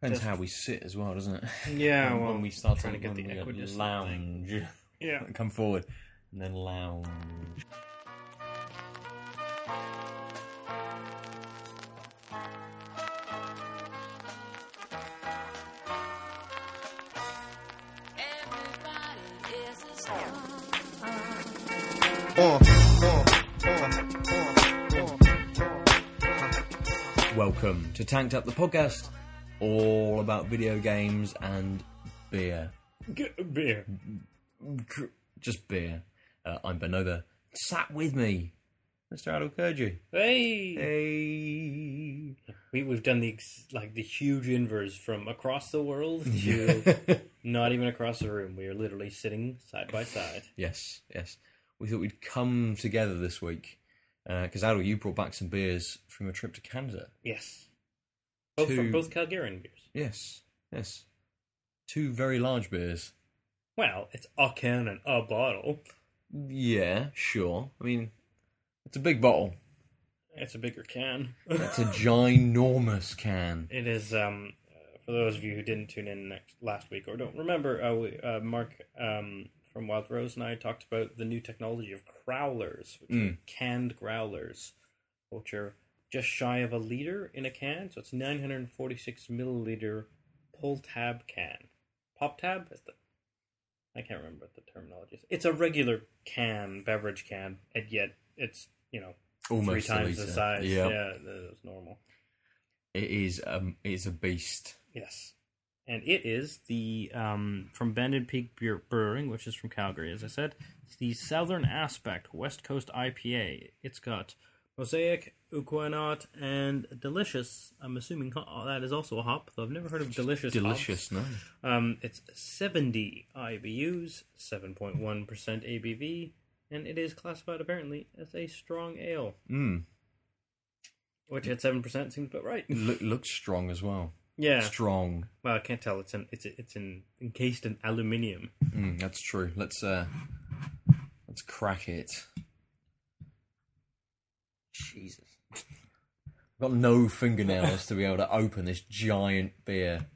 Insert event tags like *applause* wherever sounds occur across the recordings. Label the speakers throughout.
Speaker 1: Depends
Speaker 2: Just-
Speaker 1: how we sit as well, doesn't it?
Speaker 2: Yeah,
Speaker 1: When-
Speaker 2: well,
Speaker 1: when we start
Speaker 2: trying to get
Speaker 1: when
Speaker 2: the
Speaker 1: we go
Speaker 2: equidistant thing.
Speaker 1: lounge,
Speaker 2: Yeah.
Speaker 1: come forward, and then lounge.
Speaker 3: Everybody is a star.
Speaker 1: Welcome to Tanked Up the podcast, all about video games and beer.
Speaker 2: *laughs* Get a beer.
Speaker 1: Dr- Just beer. Uh, I'm Ben Over. Sat with me, Mr. Adol Kurju.
Speaker 2: Hey.
Speaker 1: Hey.
Speaker 2: We, we've done the ex- like the huge inverse from across the *laughs* world to not even across the room. We are literally sitting side by side.
Speaker 1: *laughs* Yes, yes. We thought we'd come together this week because Adol, you brought back some beers from a trip to Canada.
Speaker 2: Yes. Both
Speaker 1: Two-
Speaker 2: both Calgarian beers.
Speaker 1: Yes, yes. Two very large beers.
Speaker 2: Well, it's a can and a bottle.
Speaker 1: Yeah, sure. I mean, it's a big bottle.
Speaker 2: It's a bigger can. *laughs*
Speaker 1: It's a ginormous can.
Speaker 2: It is. Um, uh, for those of you who didn't tune in next, last week or don't remember, uh, we, uh, Mark um, from Wild Rose and I talked about the new technology of crowlers, which are
Speaker 1: Mm.
Speaker 2: canned growlers, which are just shy of a liter in a can. So it's 946 milliliter pull tab can. Pop tab is the. I can't remember what the terminology is. It's a regular can, beverage can, and yet it's, you know,
Speaker 1: Almost
Speaker 2: three
Speaker 1: a
Speaker 2: times the
Speaker 1: litre.
Speaker 2: size.
Speaker 1: Yep.
Speaker 2: Yeah, that's normal.
Speaker 1: It is um, it is a beast.
Speaker 2: Yes. And it is the um, from Banded Peak Beer Brewing, which is from Calgary, as I said. It's the Southern Aspect West Coast IPA. It's got Mosaic, Uquinaut, and Delicious. I'm assuming ho- oh, that is also a hop, though I've never heard of Delicious. hops.
Speaker 1: Delicious, no?
Speaker 2: Um, it's 70 IBUs, 7.1% ABV, and it is classified apparently as a strong ale,
Speaker 1: Mm.
Speaker 2: which at 7% seems about right.
Speaker 1: Look, looks strong as well.
Speaker 2: Yeah.
Speaker 1: Strong.
Speaker 2: Well, I can't tell. It's in, it's it's in, encased in aluminium.
Speaker 1: Mm, that's true. Let's uh, let's crack it. Jesus, I've got no fingernails to be able to open this giant beer.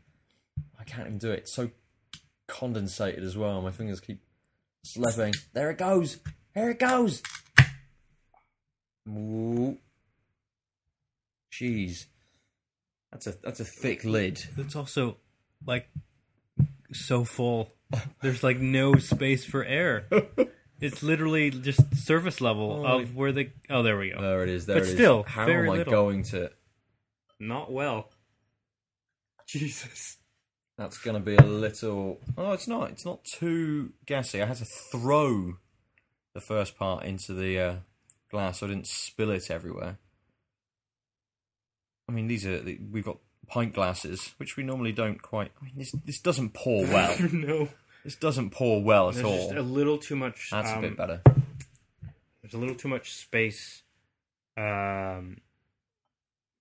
Speaker 1: I can't even do it. It's so condensated as well. My fingers keep slipping. There it goes. Here it goes. Ooh. Jeez, that's a that's a thick lid.
Speaker 2: It's also like so full. There's like no space for air. It's literally just surface level
Speaker 1: Oh,
Speaker 2: of where the oh there we go.
Speaker 1: There it is. There
Speaker 2: But
Speaker 1: it is.
Speaker 2: still,
Speaker 1: how
Speaker 2: very
Speaker 1: am I
Speaker 2: little.
Speaker 1: going to?
Speaker 2: Not well.
Speaker 1: Jesus. That's going to be a little. Oh, it's not. It's not too gassy. I had to throw the first part into the uh, glass so I didn't spill it everywhere. I mean, these are. the- We've got pint glasses, which we normally don't quite. I mean, this, this doesn't pour well.
Speaker 2: *laughs* no.
Speaker 1: this doesn't pour well at
Speaker 2: There's just
Speaker 1: all.
Speaker 2: a little too much.
Speaker 1: That's
Speaker 2: um,
Speaker 1: a bit better.
Speaker 2: There's a little too much space um,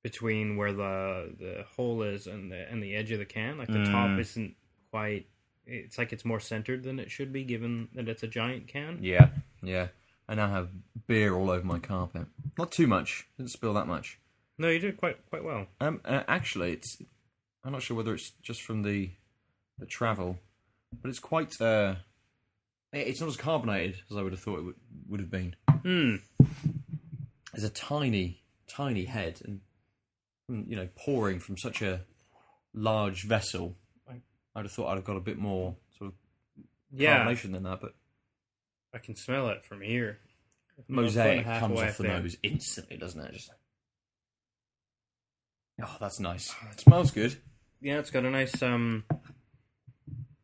Speaker 2: between where the the hole is and the and the edge of the can. Like the top
Speaker 1: Mm.
Speaker 2: isn't quite. It's like it's more centered than it should be, given that it's a giant can.
Speaker 1: Yeah, yeah. I now have beer all over my carpet. Not too much. Didn't spill that much.
Speaker 2: No, you did quite quite well.
Speaker 1: Um, uh, actually, it's I'm not sure whether it's just from the the travel, but it's quite. Uh, it- it's not as carbonated as I would have thought it would, would have been.
Speaker 2: Hmm.
Speaker 1: There's a tiny, tiny head, and mm, you know, pouring from such a large vessel, I'd have thought I'd have got a bit more sort of
Speaker 2: Yeah,
Speaker 1: carbonation than that. But
Speaker 2: I can smell it from here.
Speaker 1: mosaic
Speaker 2: half
Speaker 1: comes
Speaker 2: away
Speaker 1: off the
Speaker 2: there.
Speaker 1: nose instantly, doesn't it?
Speaker 2: *sighs*
Speaker 1: Just like- oh, that's
Speaker 2: *sighs*
Speaker 1: nice. It smells good.
Speaker 2: Yeah, it's got a nice um,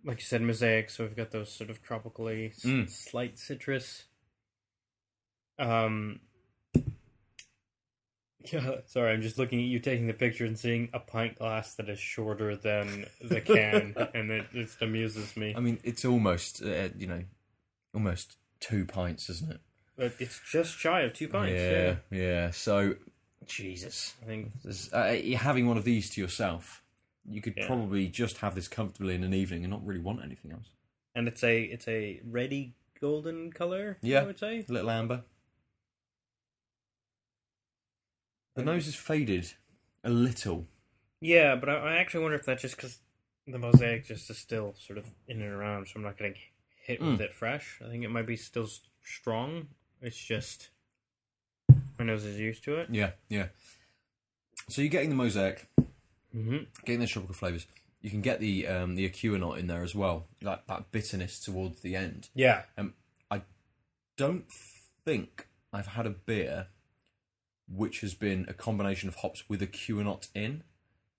Speaker 2: like you said, mosaic. So we've got those sort of tropically s-
Speaker 1: Mm.
Speaker 2: slight citrus. Um. Yeah, sorry, I'm just looking at you taking the picture and seeing a pint glass that is shorter than
Speaker 1: *laughs*
Speaker 2: the can, and it just amuses me.
Speaker 1: I mean, it's almost uh, you know, almost two pints, isn't it?
Speaker 2: But it's just shy of two pints. Yeah,
Speaker 1: yeah, yeah. So, Jesus,
Speaker 2: I think
Speaker 1: This- uh, you're having one of these to yourself, you could
Speaker 2: Yeah.
Speaker 1: probably just have this comfortably in an evening and not really want anything else.
Speaker 2: and it's a it's a reddy golden color.
Speaker 1: Yeah,
Speaker 2: I would say.
Speaker 1: little amber. The nose is faded a little.
Speaker 2: Yeah, but I, I actually wonder if that's just because the mosaic just is still sort of in and around, so I'm not getting hit
Speaker 1: Hmm.
Speaker 2: with it fresh. I think it might be still s- strong. It's just my nose is used to it.
Speaker 1: Yeah, yeah. So you're getting the mosaic,
Speaker 2: Mm-hmm.
Speaker 1: getting the tropical flavors. You can get the um, the acuanot in there as well, like that bitterness towards the end.
Speaker 2: Yeah.
Speaker 1: Um, I don't think I've had a beer which has been a combination of hops with a Q-Not in.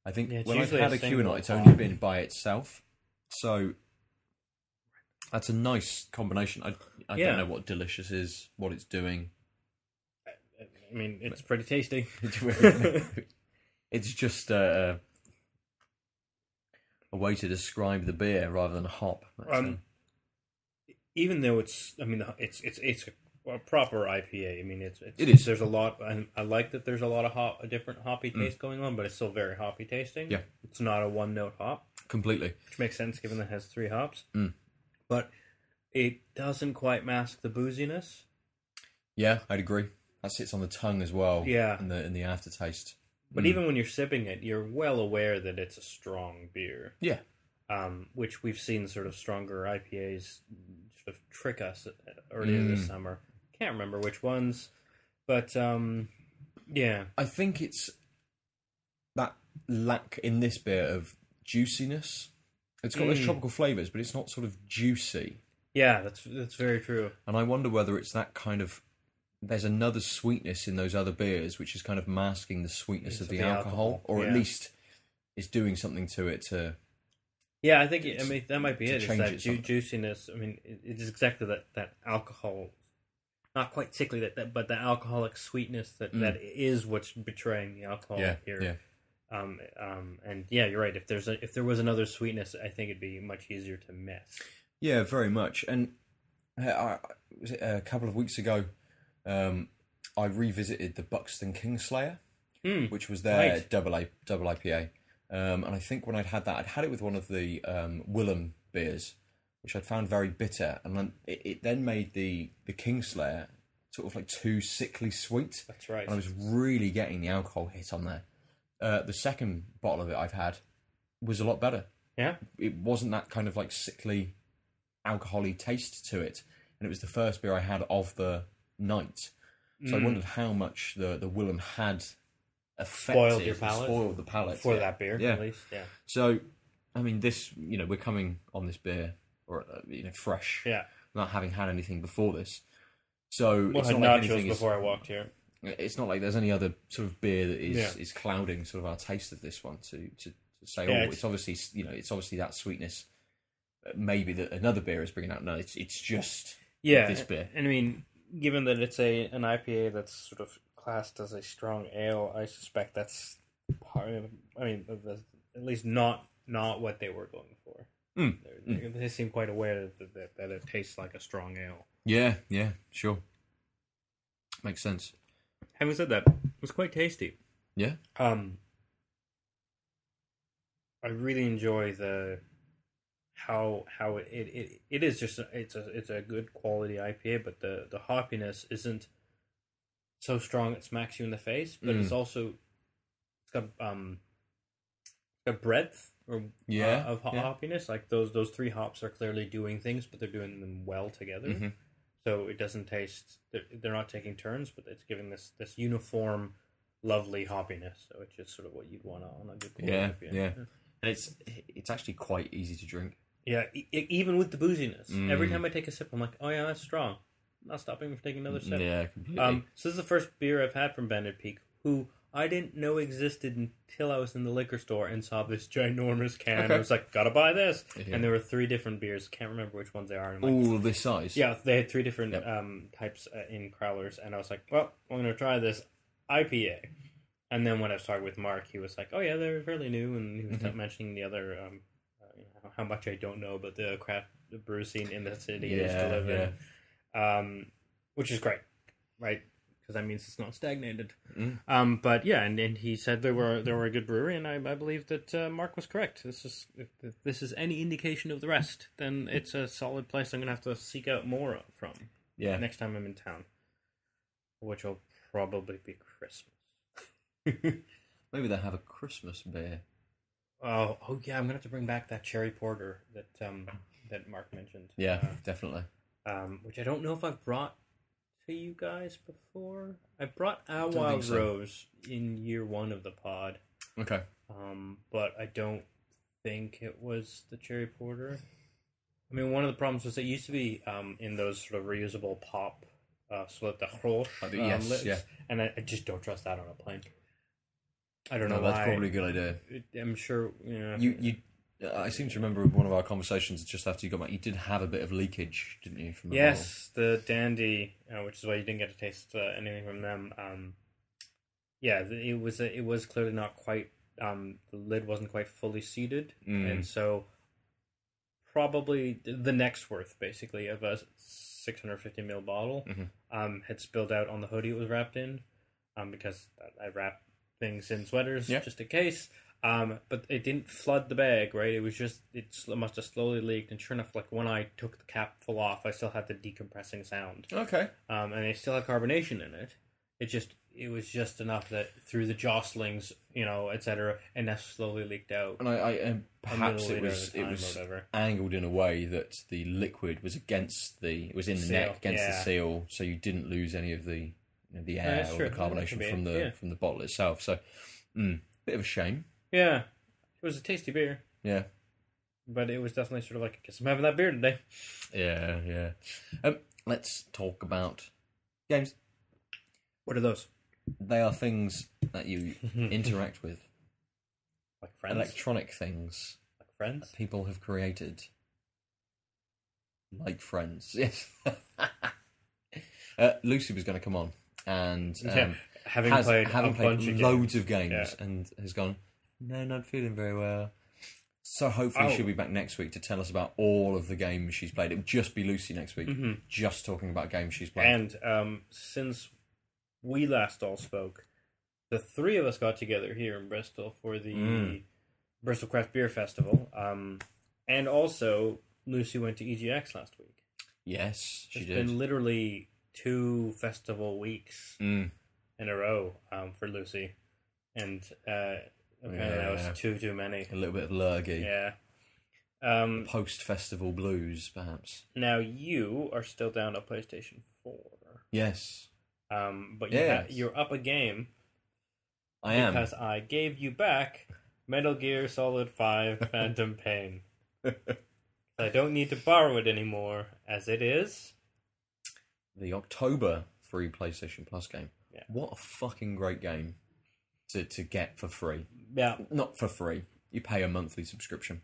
Speaker 1: I think
Speaker 2: Yeah, it's
Speaker 1: when I've
Speaker 2: usually
Speaker 1: had
Speaker 2: a
Speaker 1: a
Speaker 2: single
Speaker 1: Q-Not, it's
Speaker 2: hop.
Speaker 1: only been by itself. So that's a nice combination. I, I
Speaker 2: Yeah.
Speaker 1: don't know what delicious is, what it's doing. *laughs*
Speaker 2: I mean, it's pretty tasty. *laughs*
Speaker 1: it's just uh, a way to describe the beer rather than a hop. That's
Speaker 2: Um,
Speaker 1: all.
Speaker 2: Even though it's, I mean, the- it's it's it's a, a proper IPA. I mean, it's, it's
Speaker 1: It is. Hmm.
Speaker 2: There's a lot, and I like that. There's a lot of hop, a different hoppy taste going on, but it's still very hoppy tasting.
Speaker 1: Yeah.
Speaker 2: It's not a one note hop.
Speaker 1: Completely.
Speaker 2: which makes sense given that it has three hops.
Speaker 1: Mm.
Speaker 2: But it doesn't quite mask the booziness.
Speaker 1: Yeah, I'd agree. That sits on the tongue as well.
Speaker 2: Yeah.
Speaker 1: In the, in the aftertaste.
Speaker 2: But
Speaker 1: Mm.
Speaker 2: even when you're sipping it, you're well aware that it's a strong beer,
Speaker 1: Yeah.
Speaker 2: um, which we've seen sort of stronger IPAs sort of trick us earlier
Speaker 1: Mm.
Speaker 2: this summer. Can't remember which ones, but um, yeah,
Speaker 1: I think it's that lack in this beer of juiciness. It's got those
Speaker 2: Mm.
Speaker 1: tropical flavours, but it's not sort of juicy.
Speaker 2: yeah, that's that's very true.
Speaker 1: And I wonder whether it's that kind of. There's another sweetness in those other beers, which is kind of masking the sweetness
Speaker 2: It's
Speaker 1: of the, alcohol, or at
Speaker 2: yeah.
Speaker 1: least is doing something to it to.
Speaker 2: Yeah, I think it, I mean that might be
Speaker 1: to
Speaker 2: it. It's
Speaker 1: change
Speaker 2: that
Speaker 1: it
Speaker 2: ju-
Speaker 1: somehow.
Speaker 2: juiciness. I mean, it, it is exactly that that alcohol, not quite sickly that, that but the alcoholic sweetness that
Speaker 1: Mm.
Speaker 2: that is what's betraying the alcohol here.
Speaker 1: yeah.
Speaker 2: Um, um, and yeah, you're right. If there's a, if there was another sweetness, I think it'd be much easier to miss.
Speaker 1: Yeah, very much. And uh, I, was it uh, a couple of weeks ago, um, I revisited the Buxton Kingslayer,
Speaker 2: Mm.
Speaker 1: which was their
Speaker 2: Right.
Speaker 1: double A double IPA. Um, and I think when I'd had that, I'd had it with one of the um, Willem beers, which I'd found very bitter, and then it, it then made the the Kingslayer sort of like too sickly sweet.
Speaker 2: That's right.
Speaker 1: And I was really getting the alcohol hit on there. Uh, the second bottle of it I've had was a lot better
Speaker 2: yeah.
Speaker 1: it wasn't that kind of like sickly alcoholy taste to it and it was the first beer i had of the night so
Speaker 2: Mm.
Speaker 1: i wondered how much the the willem had affected
Speaker 2: Spoiled your palate?
Speaker 1: spoiled the palate
Speaker 2: For
Speaker 1: yeah.
Speaker 2: that beer,
Speaker 1: yeah
Speaker 2: at least. Yeah.
Speaker 1: so i mean this you know we're coming on this beer or uh, you know fresh
Speaker 2: Yeah.
Speaker 1: not having had anything before this so
Speaker 2: Well,
Speaker 1: it's
Speaker 2: had
Speaker 1: not like
Speaker 2: nachos
Speaker 1: anything is,
Speaker 2: before I walked here.
Speaker 1: it's not like there's any other sort of beer that is
Speaker 2: Yeah.
Speaker 1: is clouding sort of our taste of this one to to, to say
Speaker 2: Yeah,
Speaker 1: oh
Speaker 2: it's-
Speaker 1: it's, obviously you know it's obviously that sweetness uh, maybe that another beer is bringing out no it's it's just
Speaker 2: yeah,
Speaker 1: this beer.
Speaker 2: And I mean, given that it's a an IPA that's sort of classed as a strong ale, I suspect that's part. Of, I mean, of the- at least not not what they were going for.
Speaker 1: Mm.
Speaker 2: They're- they're- They seem quite aware that, that that it tastes like a strong ale.
Speaker 1: yeah yeah sure makes sense
Speaker 2: Having said that, it was quite tasty.
Speaker 1: yeah
Speaker 2: Um, I really enjoy the how how it it, it, it is just a, it's a it's a good quality IPA, but the the hoppiness isn't so strong it smacks you in the face, but it's
Speaker 1: Mm.
Speaker 2: also it's got um a breadth or
Speaker 1: Yeah,
Speaker 2: uh, of ho-
Speaker 1: yeah.
Speaker 2: hoppiness. Like those those three hops are clearly doing things, but they're doing them well together
Speaker 1: Mhm.
Speaker 2: so it doesn't taste they're, they're not taking turns but it's giving this this uniform lovely hoppiness so it's just sort of what you'd want on a good quality
Speaker 1: yeah
Speaker 2: beer.
Speaker 1: yeah and it's it's actually quite easy to drink
Speaker 2: yeah e- e- even with the booziness every
Speaker 1: Mm.
Speaker 2: time i take a sip i'm like oh yeah that's strong I'm not stopping from taking another sip
Speaker 1: yeah completely
Speaker 2: um so this is the first beer i've had from bandit peak who i didn't know existed until i was in the liquor store and saw this ginormous can
Speaker 1: Okay.
Speaker 2: i was like gotta buy this
Speaker 1: Yeah.
Speaker 2: and there were three different beers can't remember which ones they are and I'm like,
Speaker 1: all of this size
Speaker 2: Yeah, they had three different
Speaker 1: Yep.
Speaker 2: um, types uh, in Crowlers, and I was like, well, I'm going to try this IPA. And then when I was talking with Mark, he was like, oh, yeah, they're fairly new, and he was
Speaker 1: Mhm.
Speaker 2: mentioning the other, um, uh, you know, how much I don't know, but the craft brew scene in the city is to
Speaker 1: Yeah,
Speaker 2: live in, um, which is great, right? Because that means it's not stagnated.
Speaker 1: Mm.
Speaker 2: Um, but yeah, and, and he said they were they were a good brewery, and I, I believe that uh, Mark was correct. This is if, if this is any indication of the rest, then it's a solid place. I'm gonna have to seek out more from
Speaker 1: yeah
Speaker 2: next time I'm *laughs* in town, which will probably be Christmas.
Speaker 1: Maybe they'll have a Christmas beer.
Speaker 2: Oh, oh yeah, I'm gonna have to bring back that cherry porter that um that Mark mentioned.
Speaker 1: Yeah, definitely.
Speaker 2: Uh, um, which I don't know if I've brought to you guys before. I brought Our
Speaker 1: think
Speaker 2: Wild
Speaker 1: so.
Speaker 2: Rose in year one of the pod,
Speaker 1: Okay.
Speaker 2: um, but I don't think it was the cherry porter. I mean, one of the problems was it used to be um, in those sort of reusable pop, uh, so that the Roche,
Speaker 1: Oh,
Speaker 2: um,
Speaker 1: the- yes,
Speaker 2: lids,
Speaker 1: yeah.
Speaker 2: and I, I just don't trust that on a plane. I don't
Speaker 1: No,
Speaker 2: know
Speaker 1: that's
Speaker 2: why.
Speaker 1: probably a good idea.
Speaker 2: I'm sure you know.
Speaker 1: You, you, I seem to remember one of our conversations just after you got back. You did have a bit of leakage, didn't you? From the
Speaker 2: Yes, the dandy, uh, which is why you didn't get to taste uh, anything from them. Um, yeah, th- it was it was clearly not quite um, the lid wasn't quite fully seated,
Speaker 1: Mm.
Speaker 2: and so probably th- the next worth basically of a 650 ml bottle
Speaker 1: Mhm.
Speaker 2: um, had spilled out on the hoodie it was wrapped in, um, because I- I wrap things in sweaters
Speaker 1: Yeah.
Speaker 2: just in case. Um, but it didn't flood the bag, right? It was just it sl- must have slowly leaked, and sure enough, like when I took the cap full off, I still had the decompressing sound,
Speaker 1: bottle. Okay.
Speaker 2: um, and it still had carbonation in it. It just it was just enough that through the jostlings, you know, etc., and that slowly leaked out.
Speaker 1: And I, I and
Speaker 2: a
Speaker 1: perhaps it
Speaker 2: milliliter at
Speaker 1: was
Speaker 2: a
Speaker 1: it
Speaker 2: time
Speaker 1: was
Speaker 2: or whatever.
Speaker 1: angled in a way that the liquid was against the it was in the
Speaker 2: Seal,
Speaker 1: neck against the
Speaker 2: yeah.
Speaker 1: seal, so you didn't lose any of the you know, the air
Speaker 2: that's
Speaker 1: or the
Speaker 2: true. Yeah, that could
Speaker 1: carbonation
Speaker 2: be
Speaker 1: from
Speaker 2: it.
Speaker 1: the
Speaker 2: Yeah.
Speaker 1: from the bottle itself. So, mm, bit of a shame.
Speaker 2: Yeah, it was a tasty beer,
Speaker 1: Yeah.
Speaker 2: but it was definitely sort of like, I guess I'm having that beer today.
Speaker 1: Yeah. Yeah. Um, let's talk about games.
Speaker 2: What are those?
Speaker 1: They are things that
Speaker 2: *laughs*
Speaker 1: you interact with,
Speaker 2: Like friends?
Speaker 1: electronic things.
Speaker 2: like friends?
Speaker 1: people have created. Like friends, *laughs* yes. uh, Lucy was going to come on and um,
Speaker 2: yeah, having
Speaker 1: has,
Speaker 2: played
Speaker 1: having
Speaker 2: a
Speaker 1: played
Speaker 2: bunch of games.
Speaker 1: loads of games and has gone. No, not feeling very well. So hopefully
Speaker 2: Oh.
Speaker 1: she'll be back next week to tell us about all of the games she's played. It'll just be Lucy next week, just talking about games she's played.
Speaker 2: Hmm. Mm-hmm. And um, since we last all spoke, the three of us got together here in Bristol for the
Speaker 1: Mm.
Speaker 2: Bristol Craft Beer Festival. Um, and also, Lucy went to EGX last week.
Speaker 1: yes, she
Speaker 2: it's
Speaker 1: did.
Speaker 2: been literally two festival weeks
Speaker 1: Mm.
Speaker 2: in a row um, for Lucy. And uh, apparently that
Speaker 1: Yeah.
Speaker 2: was too, too many.
Speaker 1: A little bit of lurgy,
Speaker 2: Yeah. Um,
Speaker 1: post-festival blues, perhaps.
Speaker 2: now, you are still down a PlayStation 4.
Speaker 1: Yes,
Speaker 2: Um, but you
Speaker 1: Yes.
Speaker 2: ha- you're up a game
Speaker 1: I am.
Speaker 2: because I gave you back Metal Gear Solid Five Phantom
Speaker 1: *laughs*
Speaker 2: Pain. I don't need to borrow it anymore, as it is.
Speaker 1: the October free PlayStation Plus game.
Speaker 2: Yeah.
Speaker 1: What a fucking great game to, to get for free.
Speaker 2: Yeah,
Speaker 1: Not for free, you pay a monthly subscription.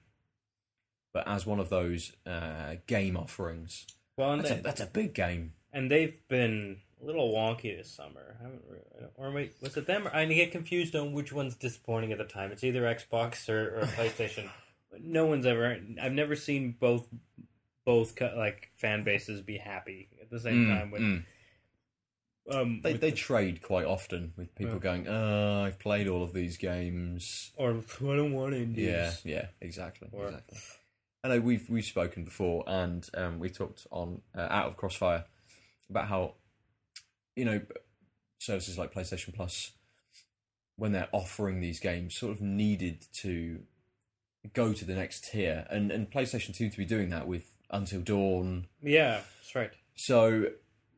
Speaker 1: But as one of those uh, game offerings,
Speaker 2: well, and,
Speaker 1: that's a,
Speaker 2: they,
Speaker 1: that's a big game.
Speaker 2: and they've been a little wonky this summer. I haven't, re- or wait, was it them? I get confused on which one's disappointing at the time. It's either
Speaker 1: *laughs*
Speaker 2: Xbox or, or PlayStation. no one's ever. I've never seen both both co- like fan bases be happy at the same time with.
Speaker 1: Mm.
Speaker 2: Um,
Speaker 1: They,
Speaker 2: with
Speaker 1: they
Speaker 2: the-
Speaker 1: trade quite often with people
Speaker 2: Yeah.
Speaker 1: going, oh, I've played all of these games.
Speaker 2: or I don't want indies.
Speaker 1: Yeah, yeah, exactly,
Speaker 2: Or-
Speaker 1: exactly. I know we've we've spoken before, and um, we talked on uh, out of Crossfire about how you know services like PlayStation Plus, when they're offering these games, sort of needed to go to the next tier, and and PlayStation seemed to be doing that with Until Dawn.
Speaker 2: Yeah, that's right.
Speaker 1: So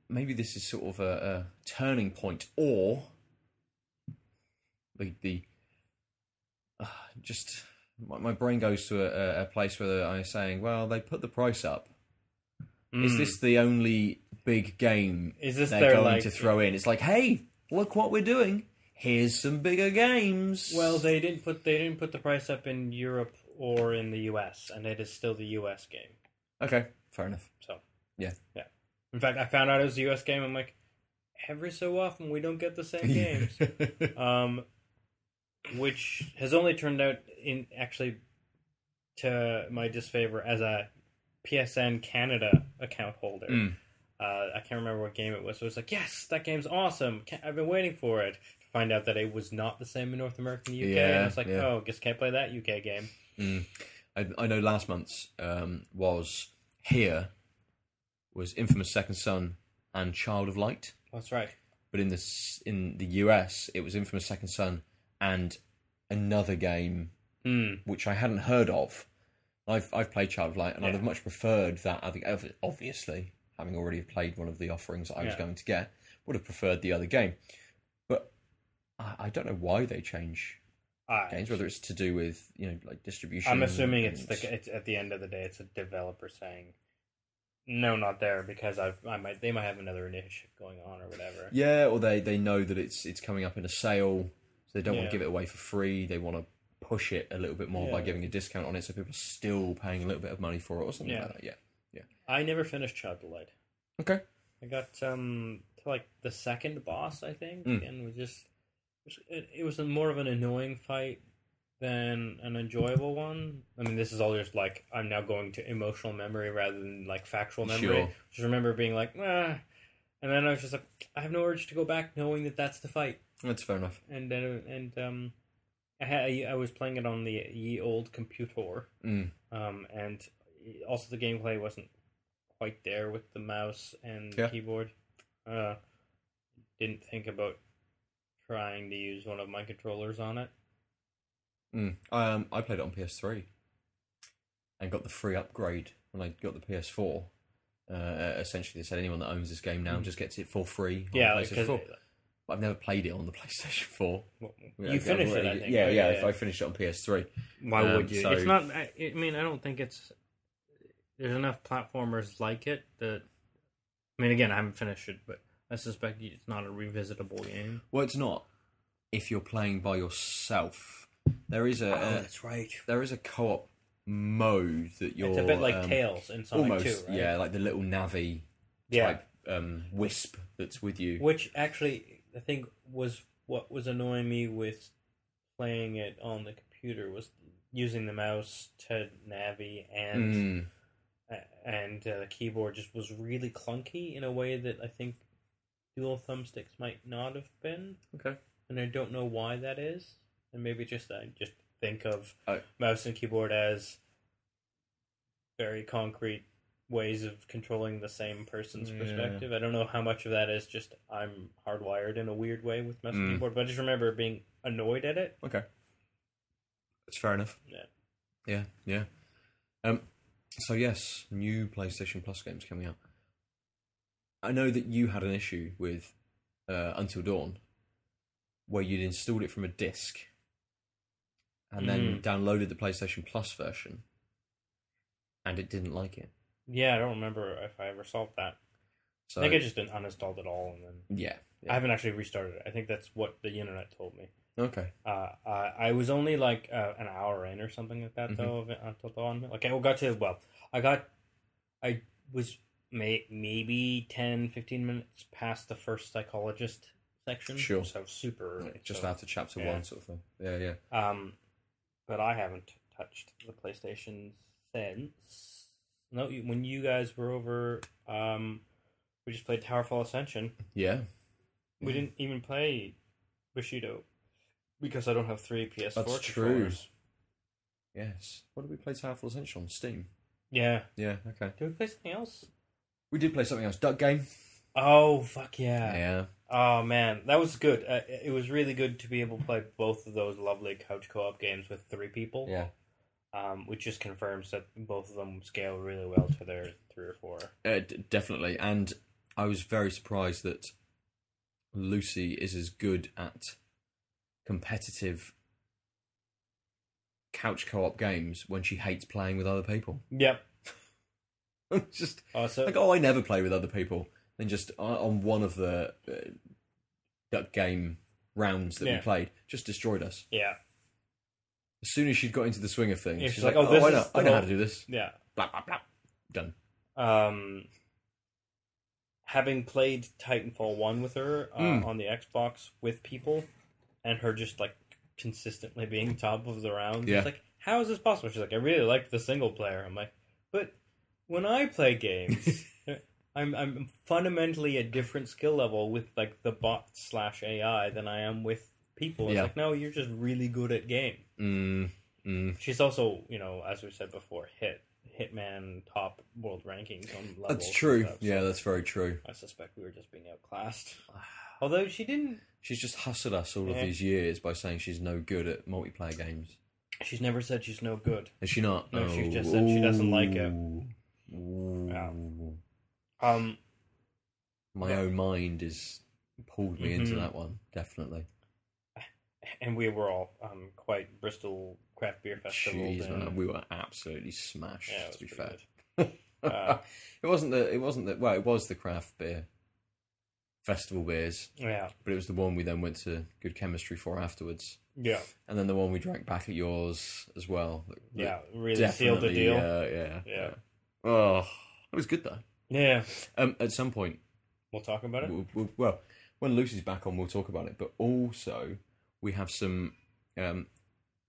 Speaker 1: maybe this is sort of a, a turning point, or the the uh, just my, my brain goes to a- a, a place where I'm saying, well, they put the price up. Is
Speaker 2: Mm.
Speaker 1: this the only big game
Speaker 2: Is this
Speaker 1: they're
Speaker 2: their,
Speaker 1: going
Speaker 2: like-
Speaker 1: to throw in? It's like, hey, look what we're doing. Here's some bigger games.
Speaker 2: Well, they didn't put they didn't put the price up in Europe or in the U.S. and it is still the U.S. game.
Speaker 1: okay, fair enough.
Speaker 2: So
Speaker 1: Yeah.
Speaker 2: yeah. In fact, I found out it was the U.S. game. I'm like, every so often we don't get
Speaker 1: *laughs*
Speaker 2: the same games. um, which has only turned out in actually to my disfavor as a PSN Canada account holder.
Speaker 1: Mm.
Speaker 2: Uh, I can't remember what game it was. So it's like, yes, that game's awesome. Ca I've been waiting for it. To find out that it was not the same in North America and the UK,
Speaker 1: Yeah,
Speaker 2: and it's like,
Speaker 1: yeah.
Speaker 2: oh, guess can't play that UK game.
Speaker 1: Mm. I, I know last month's um, was here was infamous Second Son and Child of Light,
Speaker 2: That's right.
Speaker 1: but in this in the US it was infamous Second Son and another game
Speaker 2: Mm.
Speaker 1: which I hadn't heard of. I've I've played Child of Light, and I'd
Speaker 2: Yeah.
Speaker 1: have much preferred that. I think ob- obviously, having already played one of the offerings that I was
Speaker 2: Yeah.
Speaker 1: going to get, would have preferred the other game. But I, I don't know why they change
Speaker 2: I,
Speaker 1: games. Whether it's to do with you know like distribution.
Speaker 2: I'm assuming it's
Speaker 1: and-
Speaker 2: the, it's at the end of the day, it's a developer saying, "No, not there," because I've, I might they might have another initiative going on or whatever.
Speaker 1: yeah, or they they know that it's it's coming up in a sale, so they don't want
Speaker 2: Yeah.
Speaker 1: to give it away for free. They want to push it a little bit more by
Speaker 2: Yeah.
Speaker 1: giving a discount on it, so people are still paying a little bit of money for it or something
Speaker 2: Yeah.
Speaker 1: like that. Yeah.
Speaker 2: I never finished Child Delight.
Speaker 1: Okay.
Speaker 2: I got um to like the second boss, I think,
Speaker 1: Mm.
Speaker 2: and was just it, it was a more of an annoying fight than an enjoyable one. I mean, this is all just like I'm now going to emotional memory rather than like factual memory.
Speaker 1: Sure.
Speaker 2: Just remember being like, ah. and then I was just like, I have no urge to go back, knowing that that's the fight.
Speaker 1: That's fair enough.
Speaker 2: And then and um, I had I was playing it on the ye old computer
Speaker 1: Mm.
Speaker 2: um, and also the gameplay wasn't quite there with the mouse and
Speaker 1: Yeah.
Speaker 2: keyboard. Uh, didn't think about trying to use one of my controllers on it.
Speaker 1: Mm. Um, I played it on PS3 and got the free upgrade when I got the PS4. Uh, essentially, they said anyone that owns this game now just gets it for free. On
Speaker 2: Hmm. yeah,
Speaker 1: the
Speaker 2: like,
Speaker 1: PlayStation
Speaker 2: 'cause-
Speaker 1: 4. But I've never played it on the *laughs* PlayStation 4.
Speaker 2: well,
Speaker 1: Yeah,
Speaker 2: you
Speaker 1: I've
Speaker 2: finished it, I
Speaker 1: already-
Speaker 2: think.
Speaker 1: Yeah,
Speaker 2: right?
Speaker 1: yeah, If I finished it on PS3,
Speaker 2: Why
Speaker 1: Um,
Speaker 2: would you?
Speaker 1: so-
Speaker 2: It's not. I, I mean, I don't think it's. There's enough platformers like it that. I mean, again, I haven't finished it, but I suspect it's not a revisitable game.
Speaker 1: well, it's not. If you're playing by yourself, there is a, a
Speaker 2: Oh, that's right.
Speaker 1: there is a co-op mode that you're
Speaker 2: It's a bit like
Speaker 1: um,
Speaker 2: Tails in Sonic
Speaker 1: almost
Speaker 2: 2, right?
Speaker 1: yeah, like the little Navi
Speaker 2: Yeah.
Speaker 1: type um, wisp that's with you.
Speaker 2: Which actually, I think was what was annoying me with playing it on the computer was using the mouse to navi and
Speaker 1: Mm.
Speaker 2: a and uh, the keyboard just was really clunky in a way that I think dual thumbsticks might not have been,
Speaker 1: Okay.
Speaker 2: and I don't know why that is. And maybe just I just think of
Speaker 1: Oh.
Speaker 2: mouse and keyboard as very concrete ways of controlling the same person's
Speaker 1: Yeah.
Speaker 2: perspective. I don't know how much of that is just I'm hardwired in a weird way with mouse and
Speaker 1: Mm.
Speaker 2: keyboard, but I just remember being annoyed at it.
Speaker 1: Okay. That's fair enough.
Speaker 2: Yeah.
Speaker 1: Yeah, yeah. Um, so yes, new PlayStation Plus games coming out. I know that you had an issue with uh, Until Dawn, where you'd installed it from a disc, and
Speaker 2: Mm.
Speaker 1: then downloaded the PlayStation Plus version, and it didn't like it.
Speaker 2: Yeah, I don't remember if I ever solved that.
Speaker 1: So
Speaker 2: I think I just didn't uninstalled it all, and then
Speaker 1: yeah,
Speaker 2: I
Speaker 1: yeah.
Speaker 2: haven't actually restarted it. I think that's what the internet told me.
Speaker 1: okay,
Speaker 2: Uh, I, I was only like uh, an hour in or something like that
Speaker 1: Mhm.
Speaker 2: though of it until dawn. Like I got to well, I got I was may, maybe 10, 15 minutes past the first psychologist section.
Speaker 1: Sure.
Speaker 2: So super early.
Speaker 1: just
Speaker 2: so,
Speaker 1: after chapter
Speaker 2: yeah.
Speaker 1: one, sort of thing. Yeah, yeah.
Speaker 2: Um, but I haven't touched the PlayStation since. No, you- when you guys were over, um, we just played Towerfall Ascension.
Speaker 1: Yeah,
Speaker 2: We
Speaker 1: Mm.
Speaker 2: didn't even play Bushido because I don't have three PS4
Speaker 1: That's true.
Speaker 2: controllers.
Speaker 1: yes. What did we play Towerfall Ascension on Steam?
Speaker 2: Yeah.
Speaker 1: Yeah, okay.
Speaker 2: Did we play something else?
Speaker 1: We did play something else. Duck Game.
Speaker 2: Oh fuck yeah!
Speaker 1: Yeah.
Speaker 2: Oh man, that was good. Uh, it was really good to be able to play both of those lovely couch co-op games with three people.
Speaker 1: Yeah.
Speaker 2: Um, which just confirms that both of them scale really well to their three or four.
Speaker 1: Uh, d- definitely. And I was very surprised that Lucy is as good at competitive couch co op games when she hates playing with other people. *laughs*
Speaker 2: Yep.
Speaker 1: just
Speaker 2: Uh, so
Speaker 1: like, oh, I never play with other people. Then just uh, on one of the uh, duck game rounds that
Speaker 2: Yeah.
Speaker 1: we played, just destroyed us.
Speaker 2: yeah,
Speaker 1: As soon as she'd got into the swing of things,
Speaker 2: Yeah,
Speaker 1: she's like, oh,
Speaker 2: this
Speaker 1: I
Speaker 2: is
Speaker 1: know,
Speaker 2: the
Speaker 1: I know how
Speaker 2: whole-
Speaker 1: to do this.
Speaker 2: yeah.
Speaker 1: Blah, blah, blah. Done.
Speaker 2: Um, having played Titanfall one with her uh,
Speaker 1: Mm.
Speaker 2: on the Xbox with people, and her just like consistently being top of the round.
Speaker 1: Yeah.
Speaker 2: It's like, how is this possible? She's like, I really like the single player. I'm like, but when I play games,
Speaker 1: *laughs*
Speaker 2: I'm I'm fundamentally a different skill level with like the bot slash AI than I am with people. It's
Speaker 1: Yeah.
Speaker 2: like, no, you're just really good at game.
Speaker 1: Mm, mm.
Speaker 2: She's also, you know, as we said before, hit hitman top world rankings on levels.
Speaker 1: That's
Speaker 2: and
Speaker 1: true.
Speaker 2: stuff, so
Speaker 1: Yeah, that's very true. *sighs*
Speaker 2: I suspect we were just being outclassed. Although she didn't,
Speaker 1: She's just hustled us all
Speaker 2: Yeah.
Speaker 1: of these years by saying she's no good at multiplayer games.
Speaker 2: she's never said she's no good.
Speaker 1: Is she not? Oh.
Speaker 2: No, she just said she doesn't like it.
Speaker 1: Ooh.
Speaker 2: Yeah. Um,
Speaker 1: My own mind has pulled me into
Speaker 2: Mhm.
Speaker 1: that one, definitely.
Speaker 2: and we were all um quite Bristol craft beer festival.
Speaker 1: Jeez,
Speaker 2: and-
Speaker 1: man, we were absolutely smashed.
Speaker 2: yeah, it was
Speaker 1: to be
Speaker 2: pretty
Speaker 1: fair,
Speaker 2: good. Uh,
Speaker 1: *laughs* it wasn't the it wasn't the well, it was the craft beer festival beers,
Speaker 2: Yeah,
Speaker 1: but it was the one we then went to Good Chemistry for afterwards,
Speaker 2: yeah,
Speaker 1: and then the one we drank back at yours as well. that- that
Speaker 2: yeah. Really sealed the
Speaker 1: definitely,
Speaker 2: deal.
Speaker 1: Yeah, yeah,
Speaker 2: Yeah.
Speaker 1: yeah. Oh, it was good though.
Speaker 2: yeah,
Speaker 1: Um, at some point,
Speaker 2: we'll talk about it.
Speaker 1: We'll, we'll, well, when Lucy's back on, we'll talk about it. But also, we have some um,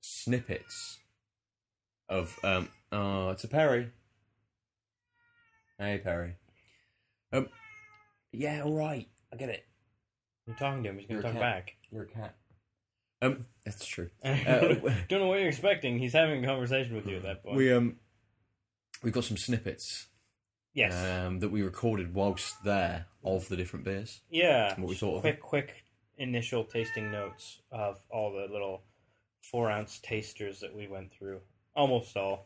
Speaker 1: snippets of. Um, oh, it's a Perry. Hey, Perry. Um, yeah, all right. I get it.
Speaker 2: I'm talking to him. He's
Speaker 1: You're
Speaker 2: gonna
Speaker 1: a
Speaker 2: talk
Speaker 1: cat.
Speaker 2: back.
Speaker 1: You're a cat. Um, that's true.
Speaker 2: *laughs*
Speaker 1: Uh,
Speaker 2: Don't know what you're expecting. He's having a conversation with you at that point.
Speaker 1: We um, we've got some snippets
Speaker 2: yes.
Speaker 1: um that we recorded whilst there of the different beers.
Speaker 2: yeah.
Speaker 1: what we
Speaker 2: Just
Speaker 1: thought of
Speaker 2: quick, quick initial tasting notes of all the little four ounce tasters that we went through. Almost all.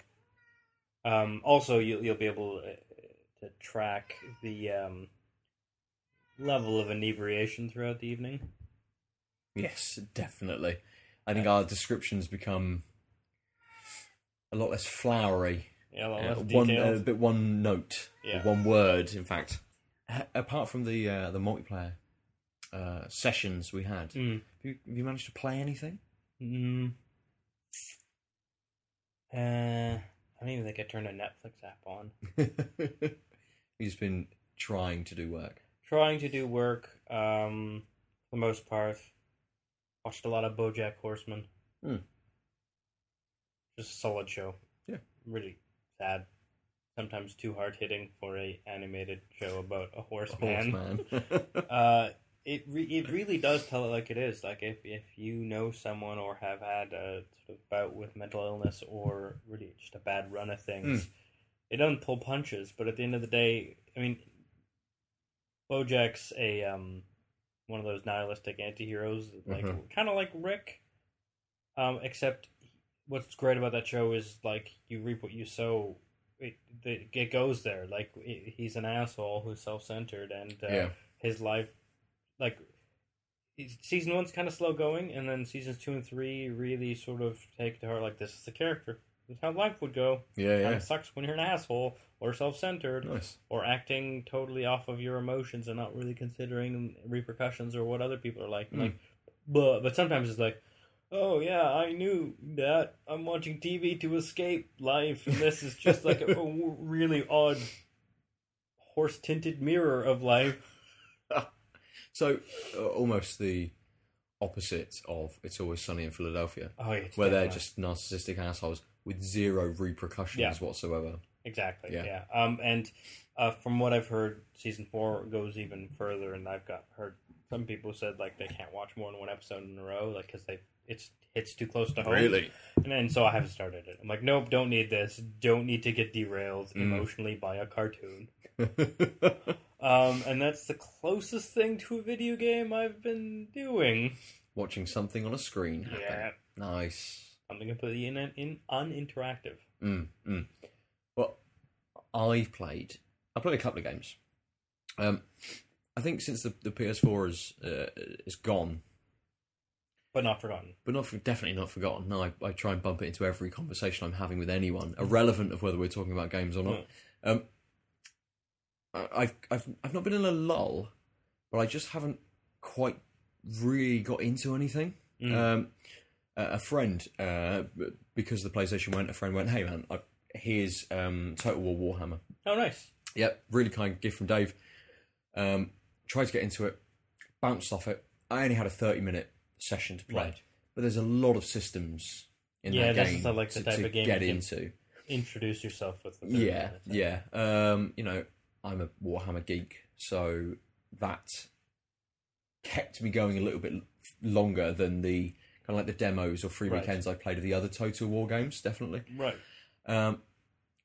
Speaker 2: Um, also, you'll you'll be able uh, to track the um, level of inebriation throughout the evening.
Speaker 1: Yes, definitely. I
Speaker 2: Uh,
Speaker 1: think our descriptions become a lot less flowery,
Speaker 2: Yeah, a lot
Speaker 1: uh,
Speaker 2: less
Speaker 1: one uh, a
Speaker 2: detailed.
Speaker 1: bit one note, or
Speaker 2: Yeah.
Speaker 1: one word, in fact. A- apart from the uh, the multiplayer uh, sessions we had, have,
Speaker 2: Mm.
Speaker 1: you, have you managed to play anything? *laughs*
Speaker 2: Mm. Uh, I don't even think I turned a Netflix app on.
Speaker 1: He's been trying to do work.
Speaker 2: trying to do work um for the most part watched a lot of bojack horseman
Speaker 1: Hmm.
Speaker 2: just a solid show
Speaker 1: Yeah.
Speaker 2: really sad sometimes too hard hitting for a animated show about a horse
Speaker 1: Horse
Speaker 2: man
Speaker 1: *laughs* man.
Speaker 2: uh it re- it really does tell it like it is like if if you know someone or have had a sort of bout with mental illness or really just a bad run of things it doesn't pull punches but at the end of the day i mean bojack's a um one of those nihilistic antiheroes like
Speaker 1: Mhm.
Speaker 2: kind of like rick um except what's great about that show is like you reap what you sow it, it, it goes there like he- he's an asshole who's self-centered and uh,
Speaker 1: yeah,
Speaker 2: his life like it's- season one's kind of slow going and then seasons two and three really sort of take to heart like this is the character this is how life would go
Speaker 1: yeah,
Speaker 2: kind
Speaker 1: yeah.
Speaker 2: of sucks when you're an asshole or self-centered
Speaker 1: Nice.
Speaker 2: or acting totally off of your emotions and not really considering repercussions or what other people are like
Speaker 1: Mm.
Speaker 2: like but but sometimes it's like oh yeah i knew that i'm watching tv to escape life and this is just like a, a w- really odd horse tinted mirror of life
Speaker 1: So, uh, almost the opposite of "It's Always Sunny in Philadelphia."
Speaker 2: Oh, yeah, it's
Speaker 1: where they're
Speaker 2: definitely-
Speaker 1: just narcissistic assholes with zero repercussions
Speaker 2: Yeah.
Speaker 1: whatsoever.
Speaker 2: exactly yeah.
Speaker 1: Yeah.
Speaker 2: Um, and uh, from what I've heard, season four goes even further, and I've got heard some people said like they can't watch more than one episode in a row, like because they it's hits too close to home.
Speaker 1: *laughs*
Speaker 2: And then so I haven't started it. I'm like, nope, don't need this. Don't need to get derailed
Speaker 1: Mm.
Speaker 2: emotionally by a cartoon.
Speaker 1: Watching
Speaker 2: Um, and that's the closest thing to a video game I've been doing.
Speaker 1: something on a screen. happen.
Speaker 2: Yeah,
Speaker 1: Nice.
Speaker 2: something completely in, in uninteractive.
Speaker 1: Mm, mm. Well, I've played. I played a couple of games. Um, I think since the, the PS4 is uh, is gone,
Speaker 2: But not forgotten.
Speaker 1: but not definitely not forgotten. No, I, I try and bump it into every conversation I'm having with anyone, irrelevant of whether we're talking about games or not. Um, I- I've I've I've not been in a lull, but I just haven't quite really got into anything.
Speaker 2: Mm.
Speaker 1: Um, a a friend, uh, b- because the PlayStation went, a friend went, "Hey man, I, here's um, Total War Warhammer."
Speaker 2: Oh, nice.
Speaker 1: Yep, really kind gift from Dave. Um, tried to get into it, bounced off it. I only had a thirty-minute session to play,
Speaker 2: Right.
Speaker 1: but there's a lot of systems in
Speaker 2: Yeah,
Speaker 1: that
Speaker 2: this
Speaker 1: game
Speaker 2: is like the
Speaker 1: to,
Speaker 2: type
Speaker 1: to
Speaker 2: of game
Speaker 1: get
Speaker 2: you can-
Speaker 1: into.
Speaker 2: Introduce yourself with the third
Speaker 1: Yeah,
Speaker 2: one, I think.
Speaker 1: yeah. Um, you know, I'm a Warhammer geek, so that kept me going a little bit l- longer than the kind of like the demos or free
Speaker 2: Right.
Speaker 1: weekends I played of the other Total War games, definitely.
Speaker 2: Right.
Speaker 1: Um,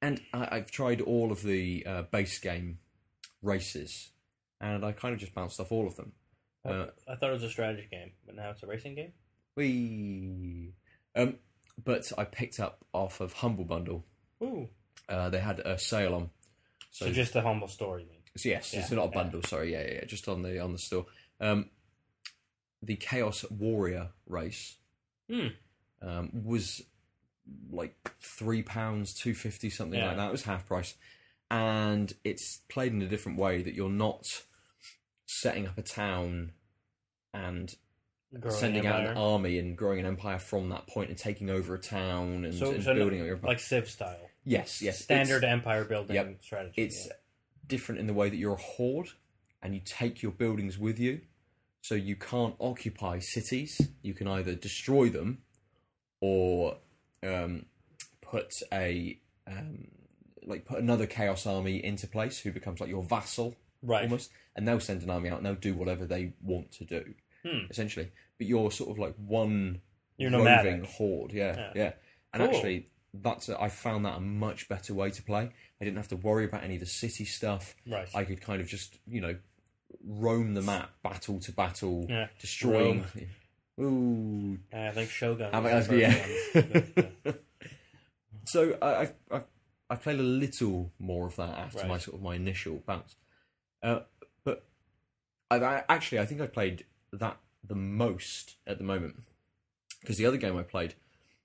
Speaker 1: and I, I've tried all of the uh, base game races, and I kind of just bounced off all of them. Uh,
Speaker 2: I thought it was a strategy game, but now it's a racing game.
Speaker 1: we. Um, but I picked up off of Humble Bundle.
Speaker 2: Ooh.
Speaker 1: Uh, they had a sale on.
Speaker 2: So, just the humble story, you mean?
Speaker 1: So yes, it's
Speaker 2: Yeah,
Speaker 1: not a
Speaker 2: yeah.
Speaker 1: bundle. Sorry, yeah, yeah, yeah, just on the on the store. Um, the Chaos Warrior race
Speaker 2: Hmm.
Speaker 1: um, was like three pounds two fifty something
Speaker 2: Yeah.
Speaker 1: like that. It was half price, and it's played in a different way that you're not setting up a town and
Speaker 2: Growing
Speaker 1: sending out an
Speaker 2: empire.
Speaker 1: army and growing an empire from that point and taking over a town and,
Speaker 2: so,
Speaker 1: and
Speaker 2: so no-
Speaker 1: building up your empire.
Speaker 2: like Civ style.
Speaker 1: yes, yes, it's-
Speaker 2: Standard empire building
Speaker 1: Yep.
Speaker 2: strategy.
Speaker 1: it's
Speaker 2: yeah.
Speaker 1: different in the way that you're a horde and you take your buildings with you. So you can't occupy cities. You can either destroy them or um, put a um, like put another chaos army into place who becomes like your vassal
Speaker 2: right.
Speaker 1: almost, and they'll send an army out and they'll do whatever they want to do,
Speaker 2: Hmm.
Speaker 1: essentially. But you're sort of like one
Speaker 2: You're
Speaker 1: roving
Speaker 2: nomadic.
Speaker 1: horde, yeah,
Speaker 2: Yeah.
Speaker 1: yeah. And
Speaker 2: Cool.
Speaker 1: actually, that's a, I found that a much better way to play. I didn't have to worry about any of the city stuff.
Speaker 2: Right.
Speaker 1: I could kind of just you know roam the map, battle to battle,
Speaker 2: Yeah.
Speaker 1: destroying. *laughs* Ooh,
Speaker 2: I think Shogun.
Speaker 1: I think
Speaker 2: was the
Speaker 1: that's-
Speaker 2: first one.
Speaker 1: *laughs* So I I- I I played a little more of that after my
Speaker 2: Right.
Speaker 1: sort of my initial bounce, uh, but I, I actually I think I played that the most at the moment because the other game I played,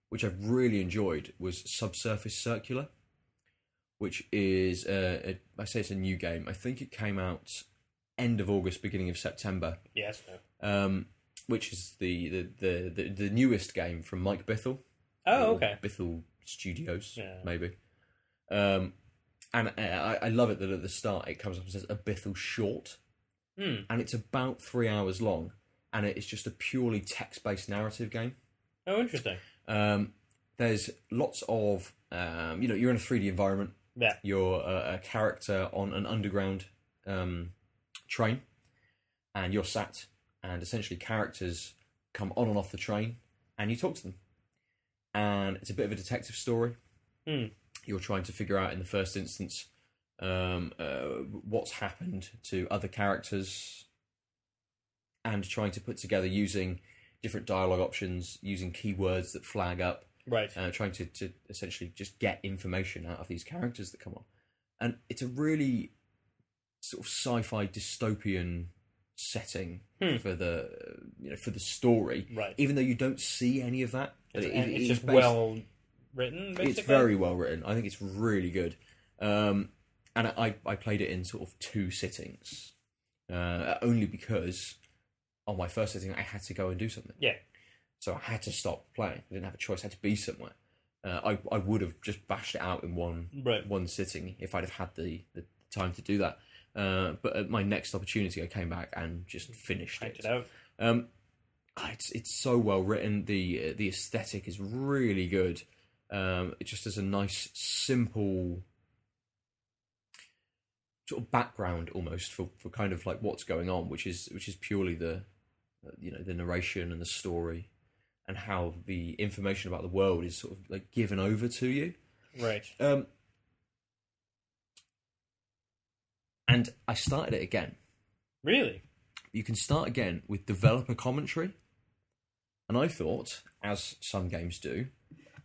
Speaker 1: which I've really enjoyed, was Subsurface Circular, which is uh, a, I say it's a new game. I think it came out end of August, beginning of September,
Speaker 2: yes. No.
Speaker 1: um, which is the the, the the the newest game from Mike Bithell
Speaker 2: Oh,
Speaker 1: or
Speaker 2: okay.
Speaker 1: Bithel Studios,
Speaker 2: Yeah.
Speaker 1: maybe. Um, and uh, I, I love it that at the start it comes up and says a Bithel short,
Speaker 2: Hmm.
Speaker 1: and it's about three hours long, and it's just a purely text-based narrative game.
Speaker 2: Oh, interesting.
Speaker 1: Um, there's lots of um, you know you're in a 3D environment.
Speaker 2: Yeah.
Speaker 1: You're a, a character on an underground um, train, and you're sat, and essentially characters come on and off the train, and you talk to them, and it's a bit of a detective story.
Speaker 2: Hmm.
Speaker 1: You're trying to figure out in the first instance um, uh, what's happened to other characters, and trying to put together using different dialogue options, using keywords that flag up
Speaker 2: Right.
Speaker 1: uh, trying to, to essentially just get information out of these characters that come on. And it's a really sort of sci-fi dystopian setting
Speaker 2: Hmm.
Speaker 1: for the uh, you know for the story.
Speaker 2: Right.
Speaker 1: Even though you don't see any of that, but
Speaker 2: It's,
Speaker 1: it-
Speaker 2: and
Speaker 1: it
Speaker 2: it's
Speaker 1: is
Speaker 2: just
Speaker 1: based-
Speaker 2: well written. Basically.
Speaker 1: It's very well written. I think it's really good. Um, and I I played it in sort of two sittings, uh, only because on my first sitting I had to go and do something.
Speaker 2: Yeah.
Speaker 1: So I had to stop playing. I didn't have a choice. I had to be somewhere. Uh, I I would have just bashed it out in one
Speaker 2: Right.
Speaker 1: one sitting if I'd have had the, the time to do that. Uh, but at my next opportunity, I came back and just finished
Speaker 2: Checked
Speaker 1: it.
Speaker 2: it out.
Speaker 1: Um, ah, it's it's so well written. The uh, the aesthetic is really good. Um, it just has a nice simple sort of background almost for, for kind of like what's going on, which is which is purely the uh, you know the narration and the story and how the information about the world is sort of like given over to you.
Speaker 2: Right.
Speaker 1: Um, and I started it again.
Speaker 2: Really.
Speaker 1: You can start again with developer commentary. And I thought, as some games do,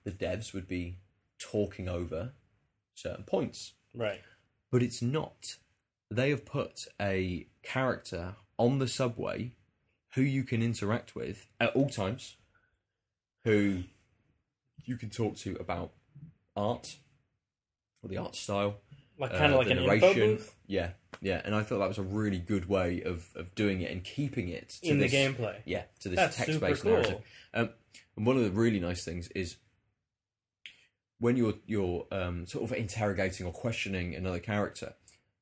Speaker 1: the devs would be talking over certain points.
Speaker 2: Right.
Speaker 1: But it's not. They have put a character on the subway who you can interact with at all times, who you can talk to about art or the art style,
Speaker 2: Like kind of
Speaker 1: uh,
Speaker 2: like
Speaker 1: the
Speaker 2: an info
Speaker 1: narration.
Speaker 2: booth
Speaker 1: Yeah, yeah, and I thought that was a really good way of, of doing it and keeping it to
Speaker 2: in
Speaker 1: this,
Speaker 2: the gameplay.
Speaker 1: Yeah, to this
Speaker 2: That's
Speaker 1: text
Speaker 2: super
Speaker 1: based
Speaker 2: cool.
Speaker 1: narrative. Um, and one of the really nice things is when you're you're um, sort of interrogating or questioning another character,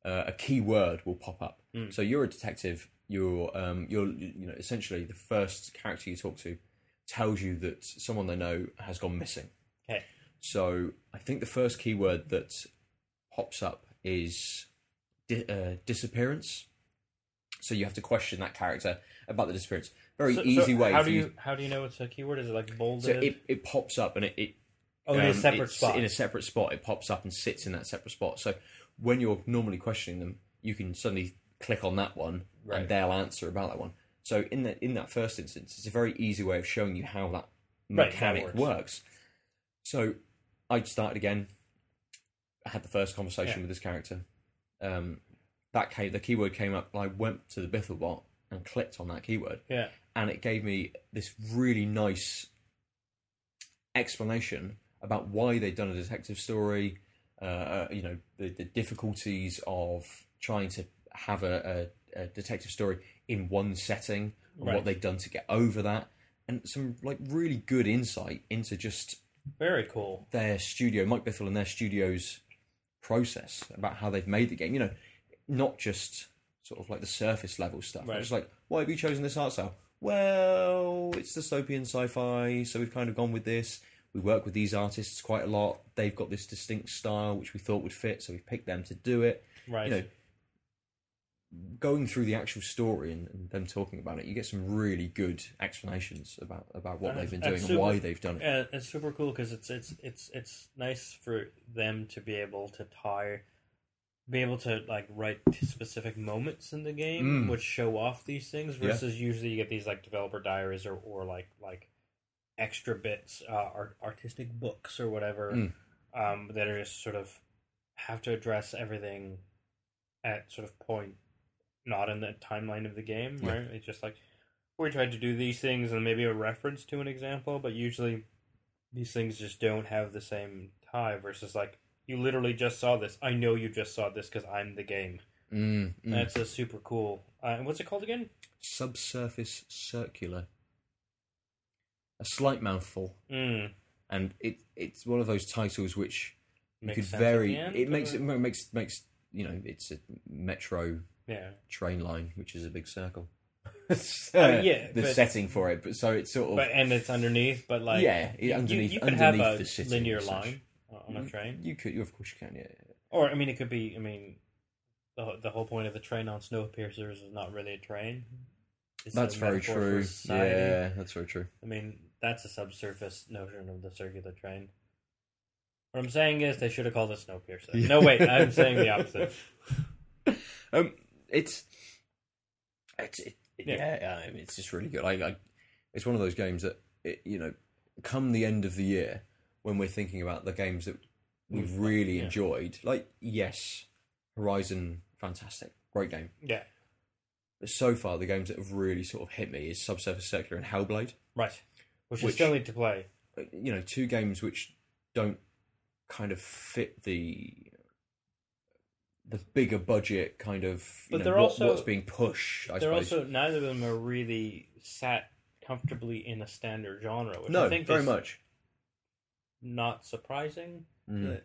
Speaker 1: uh, a key word will pop up.
Speaker 2: Hmm.
Speaker 1: So you're a detective. You're um, you're you know essentially the first character you talk to tells you that someone they know has gone missing.
Speaker 2: Okay.
Speaker 1: So I think the first keyword that pops up is di- uh, disappearance. So you have to question that character about the disappearance. Very
Speaker 2: So- so
Speaker 1: easy way.
Speaker 2: How
Speaker 1: for
Speaker 2: do you how do you know it's a keyword? Is it like bolded?
Speaker 1: So it, it pops up and it, it
Speaker 2: oh, in a
Speaker 1: um,
Speaker 2: separate
Speaker 1: it's
Speaker 2: spot.
Speaker 1: In a separate spot, it pops up and sits in that separate spot. So when you're normally questioning them, you can suddenly click on that one
Speaker 2: Right.
Speaker 1: and they'll answer about that one. So in that in that first instance, it's a very easy way of showing you how that
Speaker 2: Right, how it
Speaker 1: mechanic
Speaker 2: works.
Speaker 1: works. So I started again. I had the first conversation
Speaker 2: Yeah.
Speaker 1: with this character. Um, that came, the keyword came up. I went to the Bithlebot and clicked on that keyword,
Speaker 2: Yeah.
Speaker 1: and it gave me this really nice explanation about why they'd done a detective story. Uh, you know the, the difficulties of trying to have a, a, a detective story in one setting, and
Speaker 2: Right.
Speaker 1: what they've done to get over that, and some like really good insight into just
Speaker 2: Very cool.
Speaker 1: their studio, Mike Biffle and their studio's process about how they've made the game. You know, not just sort of like the surface level stuff.
Speaker 2: Right.
Speaker 1: It's like, why have you chosen this art style? Well, it's dystopian sci-fi, so we've kind of gone with this. We work with these artists quite a lot. They've got this distinct style which we thought would fit, so we've picked them to do it.
Speaker 2: Right.
Speaker 1: You know, going through the actual story and, and them talking about it, you get some really good explanations about about what
Speaker 2: And
Speaker 1: they've been
Speaker 2: it's-
Speaker 1: doing
Speaker 2: it's
Speaker 1: and why
Speaker 2: super-
Speaker 1: they've done it.
Speaker 2: Uh, it's super cool because it's it's it's it's nice for them to be able to tie, be able to like write specific moments in the game
Speaker 1: Mm.
Speaker 2: which show off these things.
Speaker 1: Yeah.
Speaker 2: Versus usually you get these like developer diaries or or like like extra bits, uh, art, artistic books or whatever
Speaker 1: Mm.
Speaker 2: um, that are just sort of have to address everything at sort of point not in the timeline of the game,
Speaker 1: Yeah.
Speaker 2: right? It's just like we tried to do these things and maybe a reference to an example, but usually these things just don't have the same tie versus like you literally just saw this. I know you just saw this because I'm the game.
Speaker 1: Mm, mm.
Speaker 2: That's a super cool. Uh, what's it called again?
Speaker 1: subsurface circular. A slight mouthful,
Speaker 2: Mm,
Speaker 1: and it it's one of those titles which you
Speaker 2: Makes
Speaker 1: could
Speaker 2: sense at
Speaker 1: vary.
Speaker 2: the end,
Speaker 1: it makes
Speaker 2: or-
Speaker 1: it makes makes you know it's a metro
Speaker 2: yeah,
Speaker 1: train line, which is a big circle. *laughs*
Speaker 2: Uh, yeah,
Speaker 1: the
Speaker 2: but-
Speaker 1: setting for it, but so it's sort of
Speaker 2: but and it's underneath, but like
Speaker 1: yeah, it-
Speaker 2: you- you-
Speaker 1: underneath
Speaker 2: you, could
Speaker 1: underneath
Speaker 2: have a
Speaker 1: the city
Speaker 2: linear
Speaker 1: and such. Mm-hmm.
Speaker 2: line uh, on a train.
Speaker 1: You could, you, of course, you can. Yeah,
Speaker 2: Or I mean, it could be. I mean, the wh- the whole point of the train on Snowpiercers is not really a train. It's a
Speaker 1: that's very
Speaker 2: metaphor for
Speaker 1: true.
Speaker 2: society.
Speaker 1: Yeah, that's very true.
Speaker 2: I mean, that's a subsurface notion of the circular train. What I'm saying is they should have called it Snowpiercer.
Speaker 1: Yeah.
Speaker 2: No, wait, I'm saying
Speaker 1: *laughs*
Speaker 2: the opposite.
Speaker 1: um, it's it's it,
Speaker 2: Yeah.
Speaker 1: yeah, I mean, it's just really good. I, I it's one of those games that it, you know, come the end of the year when we're thinking about the games that we've
Speaker 2: We've-
Speaker 1: really
Speaker 2: Mm. yeah.
Speaker 1: enjoyed. Like yes, Horizon, fantastic, great game.
Speaker 2: Yeah,
Speaker 1: But so far, the games that have really sort of hit me is Subsurface Circular and Hellblade.
Speaker 2: right. Which, we
Speaker 1: Which-
Speaker 2: still need to play.
Speaker 1: you know, two games which don't kind of fit the the bigger budget kind of you
Speaker 2: But
Speaker 1: know,
Speaker 2: they're
Speaker 1: what-
Speaker 2: also-
Speaker 1: what's being pushed. I
Speaker 2: They're
Speaker 1: suppose.
Speaker 2: also neither of them are really sat comfortably in a standard genre, which
Speaker 1: no,
Speaker 2: I think
Speaker 1: very
Speaker 2: is
Speaker 1: much.
Speaker 2: not surprising.
Speaker 1: Mm.
Speaker 2: that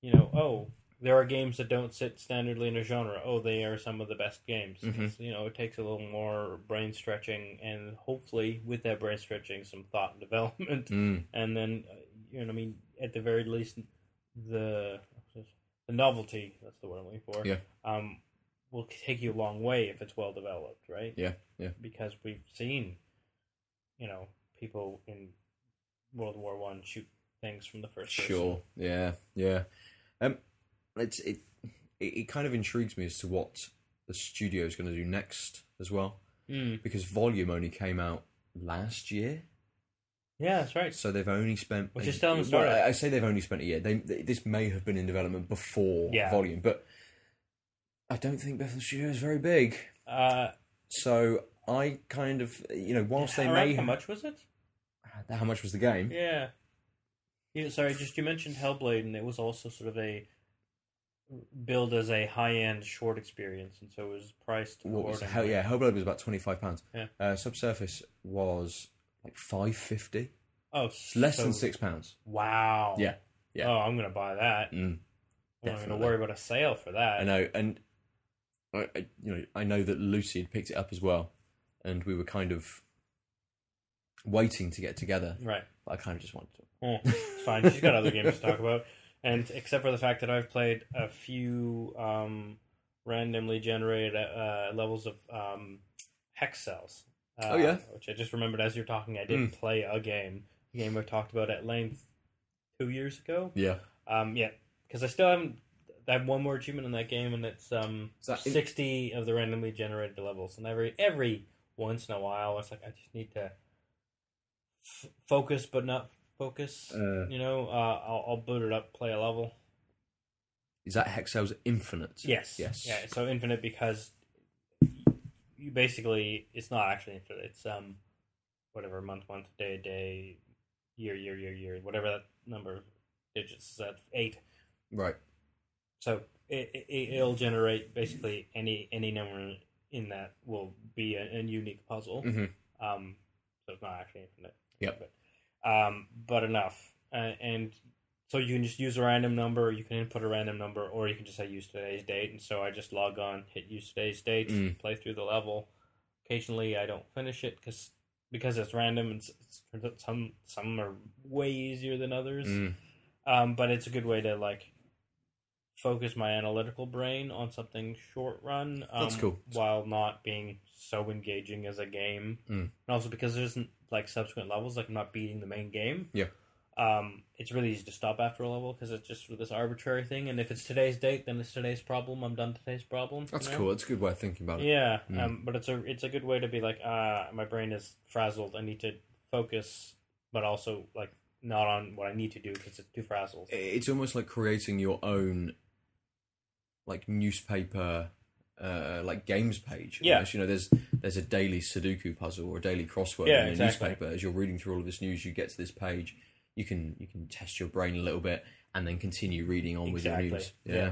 Speaker 2: you know oh there are games that don't sit standardly in a genre oh they are some of the best games
Speaker 1: Mhm.
Speaker 2: It's, you know it takes a little more brain stretching and hopefully with that brain stretching some thought *laughs* and development
Speaker 1: Mm.
Speaker 2: and then uh, you know what i mean at the very least the the novelty that's the word i'm looking for
Speaker 1: Yeah.
Speaker 2: um will take you a long way if it's well developed right
Speaker 1: Yeah, yeah.
Speaker 2: because we've seen you know people in world war one shoot things from the first person.
Speaker 1: Mm, Sure. Yeah. Yeah. Um, it's it, it it kind of intrigues me as to what the studio is going to do next as well
Speaker 2: Mm.
Speaker 1: because Volume only came out last year,
Speaker 2: Yeah, that's right.
Speaker 1: so they've only spent.
Speaker 2: Which is still haven't started.
Speaker 1: Well, I- I say they've only spent a year. They, they this may have been in development before
Speaker 2: Yeah.
Speaker 1: Volume, but I don't think Bethel Studio is very big.
Speaker 2: Uh,
Speaker 1: So I kind of you know whilst they
Speaker 2: around
Speaker 1: may
Speaker 2: how much was it?
Speaker 1: how much was the game?
Speaker 2: Yeah. yeah. Sorry, just you mentioned Hellblade, and it was also sort of a billed as a high-end short experience, and so it was priced.
Speaker 1: what was hell
Speaker 2: accordingly.
Speaker 1: yeah Hellblade was about twenty five pounds.
Speaker 2: Yeah.
Speaker 1: Uh, subsurface was like five fifty,
Speaker 2: Oh,
Speaker 1: less than
Speaker 2: so-
Speaker 1: six pounds.
Speaker 2: Wow.
Speaker 1: Yeah, yeah.
Speaker 2: Oh, I'm gonna buy that.
Speaker 1: Mm,
Speaker 2: I'm not gonna
Speaker 1: definitely.
Speaker 2: worry about a sale for that.
Speaker 1: I know, and I, I you know I know that Lucy had picked it up as well, and we were kind of waiting to get together.
Speaker 2: Right.
Speaker 1: But I kind of just wanted to.
Speaker 2: Oh, it's fine. She's got other games to talk about, and except for the fact that I've played a few um, randomly generated uh, levels of um, hex cells. Uh,
Speaker 1: Oh, yeah?
Speaker 2: which I just remembered as you're talking. I did
Speaker 1: Mm.
Speaker 2: play a game, a game I've talked about at length two years ago.
Speaker 1: *laughs* Yeah,
Speaker 2: Um, yeah, because I still haven't. I have one
Speaker 1: Uh,
Speaker 2: more achievement in that game, and it's um
Speaker 1: Is that in-
Speaker 2: sixty of the randomly generated levels, and every every once in a while. It's like I just need to f- focus, but not focus.
Speaker 1: Uh.
Speaker 2: you know, uh, I'll, I'll boot it up, play a level.
Speaker 1: Is that Hexel's Infinite?
Speaker 2: Yes.
Speaker 1: Yes.
Speaker 2: Yeah. So infinite because you basically it's not actually infinite. It's um whatever month, month, day, day, year, year, year, year, whatever that number of digits is at eight.
Speaker 1: Right.
Speaker 2: So it, it it'll generate basically any any number in that will be a, a unique puzzle.
Speaker 1: hmm
Speaker 2: Um, so it's not actually infinite.
Speaker 1: Yep.
Speaker 2: But, um, but enough. Uh, and so you can just use a random number, you can input a random number, or you can just say use today's date. And so I just log on, hit use today's date,
Speaker 1: Mm.
Speaker 2: play through the level. Occasionally I don't finish it cause, because it's random and s- it's, turns out some, some are way easier than others.
Speaker 1: Mm.
Speaker 2: Um, but it's a good way to like focus my analytical brain on something short run. Um,
Speaker 1: That's cool.
Speaker 2: While not being so engaging as a game,
Speaker 1: Mm.
Speaker 2: and also because there isn't like subsequent levels, like I'm not beating the main game.
Speaker 1: Yeah.
Speaker 2: Um, it's really easy to stop after a level because it's just this arbitrary thing. And if it's today's date, then it's today's problem. I'm done today's problem. you
Speaker 1: That's
Speaker 2: know?
Speaker 1: cool. That's a good way of thinking about it.
Speaker 2: Yeah,
Speaker 1: Mm.
Speaker 2: um, but it's a it's a good way to be like, uh, my brain is frazzled. I need to focus, but also like not on what I need to do because it's too frazzled.
Speaker 1: It's almost like creating your own, like newspaper, uh, like games page.
Speaker 2: Yeah.
Speaker 1: almost. You know, there's there's a daily Sudoku puzzle or a daily crossword
Speaker 2: Yeah,
Speaker 1: in a
Speaker 2: exactly.
Speaker 1: newspaper. As you're reading through all of this news, you get to this page. You can you can test your brain a little bit and then continue reading on with your
Speaker 2: Exactly.
Speaker 1: news.
Speaker 2: Yeah.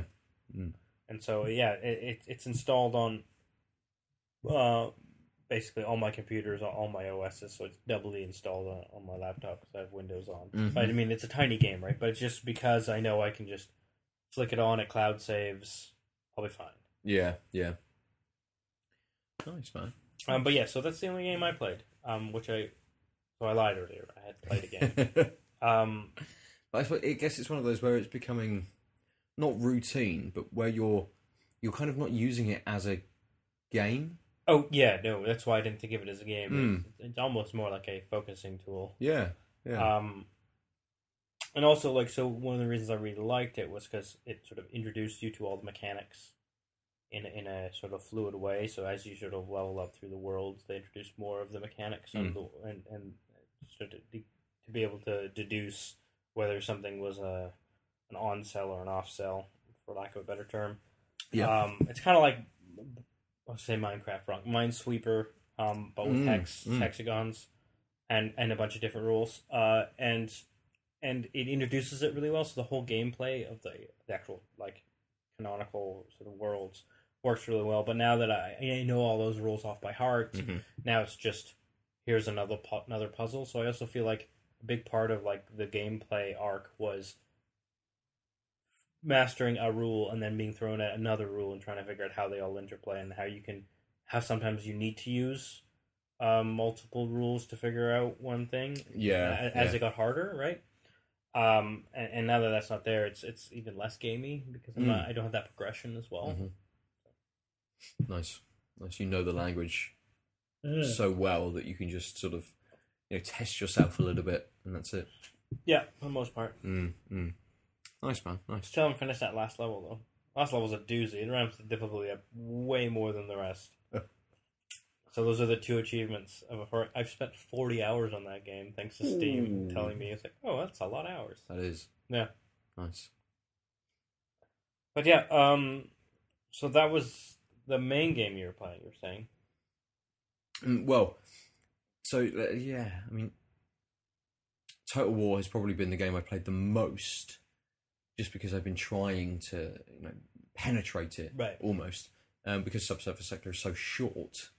Speaker 1: yeah.
Speaker 2: and so yeah, it, it it's installed on uh, basically all my computers, all my OSs, so it's doubly installed on, on my laptop because I have Windows on.
Speaker 1: Mhm.
Speaker 2: But I mean, it's a tiny game, right? But it's just because I know I can just flick it on, it cloud saves, I'll be fine.
Speaker 1: Yeah, yeah. Nice man. *laughs*
Speaker 2: Um, but yeah, so that's the only game I played, um, which I so I lied earlier. I had played a
Speaker 1: *laughs*
Speaker 2: game.
Speaker 1: but
Speaker 2: um,
Speaker 1: I suppose, I guess it's one of those where it's becoming not routine, but where you're you're kind of not using it as a game.
Speaker 2: oh yeah, no, that's why I didn't think of it as a game.
Speaker 1: Mm.
Speaker 2: It's, it's almost more like a focusing tool.
Speaker 1: Yeah, yeah,
Speaker 2: Um, and also, like, so one of the reasons I really liked it was because it sort of introduced you to all the mechanics in in a sort of fluid way. So as you sort of level up through the worlds, they introduce more of the mechanics and the, and and so to, to be able to deduce whether something was a an on sell or an off sell, for lack of a better term.
Speaker 1: yeah.
Speaker 2: Um, it's kind of like I'll say Minecraft wrong, Minesweeper, um, but with
Speaker 1: Mm,
Speaker 2: hex
Speaker 1: mm.
Speaker 2: hexagons and and a bunch of different rules. Uh, and and it introduces it really well. So the whole gameplay of the, the actual like canonical sort of worlds works really well. But now that I, I know all those rules off by heart,
Speaker 1: Mhm.
Speaker 2: now it's just here's another pu- another puzzle. So I also feel like a big part of like the gameplay arc was mastering a rule and then being thrown at another rule and trying to figure out how they all interplay and how you can how sometimes you need to use um, multiple rules to figure out one thing
Speaker 1: yeah,
Speaker 2: a- uh, as
Speaker 1: yeah.
Speaker 2: it got harder, right? Um, and, and now that that's not there, it's it's even less gamey because I'm
Speaker 1: Mm.
Speaker 2: not, I don't have that progression as well.
Speaker 1: Mhm. Mm-hmm. nice, nice. You know the language so well that you can just sort of you know test yourself a little bit, and that's it.
Speaker 2: Yeah, for the most part.
Speaker 1: Mm, mm. Nice man, nice.
Speaker 2: Still haven't finished that last level though. Last level's a doozy. It ramps the difficulty up way more than the rest.
Speaker 1: *laughs*
Speaker 2: so those are the two achievements of a hor- I've spent forty hours on that game thanks to Steam
Speaker 1: Ooh.
Speaker 2: telling me it's like, oh, that's a lot of hours.
Speaker 1: That is
Speaker 2: Yeah.
Speaker 1: nice.
Speaker 2: But yeah, um, so that was the main game you were playing. You were saying,
Speaker 1: Mm, well, so uh, yeah, I mean, Total War has probably been the game I played the most, just because I've been trying to you know, penetrate it
Speaker 2: Right.
Speaker 1: almost, um, because Subsurface Sector is so short.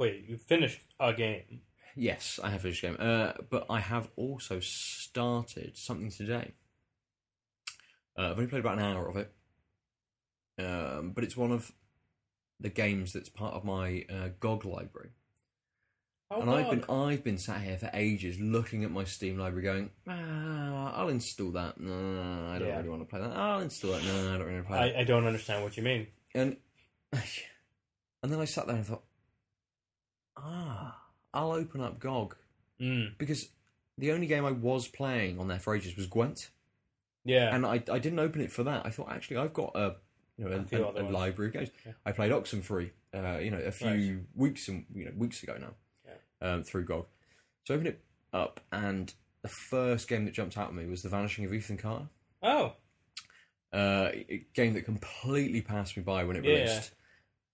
Speaker 2: wait, you finished a game.
Speaker 1: Yes, I have finished the game, uh, but I have also started something today. Uh, I've only played about an hour of it, um, but it's one of the games that's part of my uh, GOG library.
Speaker 2: Oh,
Speaker 1: and I've been I've been sat here for ages looking at my Steam library, going, ah, I'll install that. No, I don't
Speaker 2: Yeah.
Speaker 1: really want to play that. I'll install that. No, I don't really want to play that.
Speaker 2: I, I don't understand what you mean.
Speaker 1: And *laughs* and then I sat there and thought, ah, I'll open up GOG
Speaker 2: Mm.
Speaker 1: because the only game I was playing on there for ages was Gwent,
Speaker 2: Yeah.
Speaker 1: and I I didn't open it for that. I thought actually I've got a you know, a,
Speaker 2: few
Speaker 1: a-
Speaker 2: other
Speaker 1: a
Speaker 2: ones.
Speaker 1: library of games.
Speaker 2: Yeah.
Speaker 1: I played Oxenfree, uh, you know, a few weeks and you know weeks ago now, um, through GOG. So I opened it up, and the first game that jumped out at me was The Vanishing of Ethan Carter,
Speaker 2: Oh,
Speaker 1: uh, a game that completely passed me by when it
Speaker 2: Yeah.
Speaker 1: released,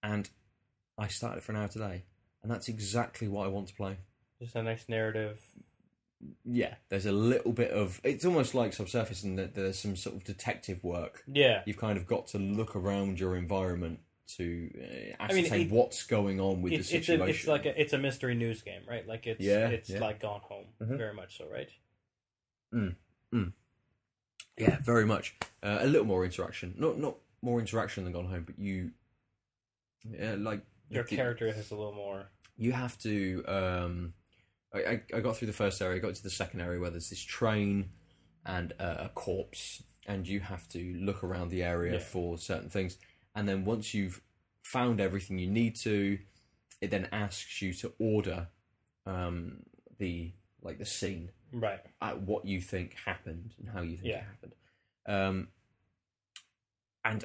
Speaker 1: and I started it for an hour today, and that's exactly what I want to play.
Speaker 2: just a nice narrative.
Speaker 1: Yeah, there's a little bit of it's almost like subsurface, and that there's some sort of detective work
Speaker 2: Yeah,
Speaker 1: you've kind of got to look around your environment to uh,
Speaker 2: mean,
Speaker 1: ascertain
Speaker 2: it-
Speaker 1: what's going on with the
Speaker 2: it's it's, a,
Speaker 1: situation.
Speaker 2: it's like a, it's a mystery news game, right? Like it's
Speaker 1: Yeah,
Speaker 2: it's
Speaker 1: yeah.
Speaker 2: like Gone Home,
Speaker 1: Mhm.
Speaker 2: very much so, right?
Speaker 1: yeah, very much. Uh, a little more interaction, not not more interaction than Gone Home, but you uh, like
Speaker 2: Your
Speaker 1: you-
Speaker 2: character has a little more.
Speaker 1: You have to. Um, I, I I got through the first area, got to the second area where there's this train and uh, a corpse, and you have to look around the area
Speaker 2: Yeah.
Speaker 1: for certain things, and then once you've found everything you need to, it then asks you to order um, the like the scene
Speaker 2: Right.
Speaker 1: at what you think happened and how you think
Speaker 2: Yeah.
Speaker 1: it happened. Um, and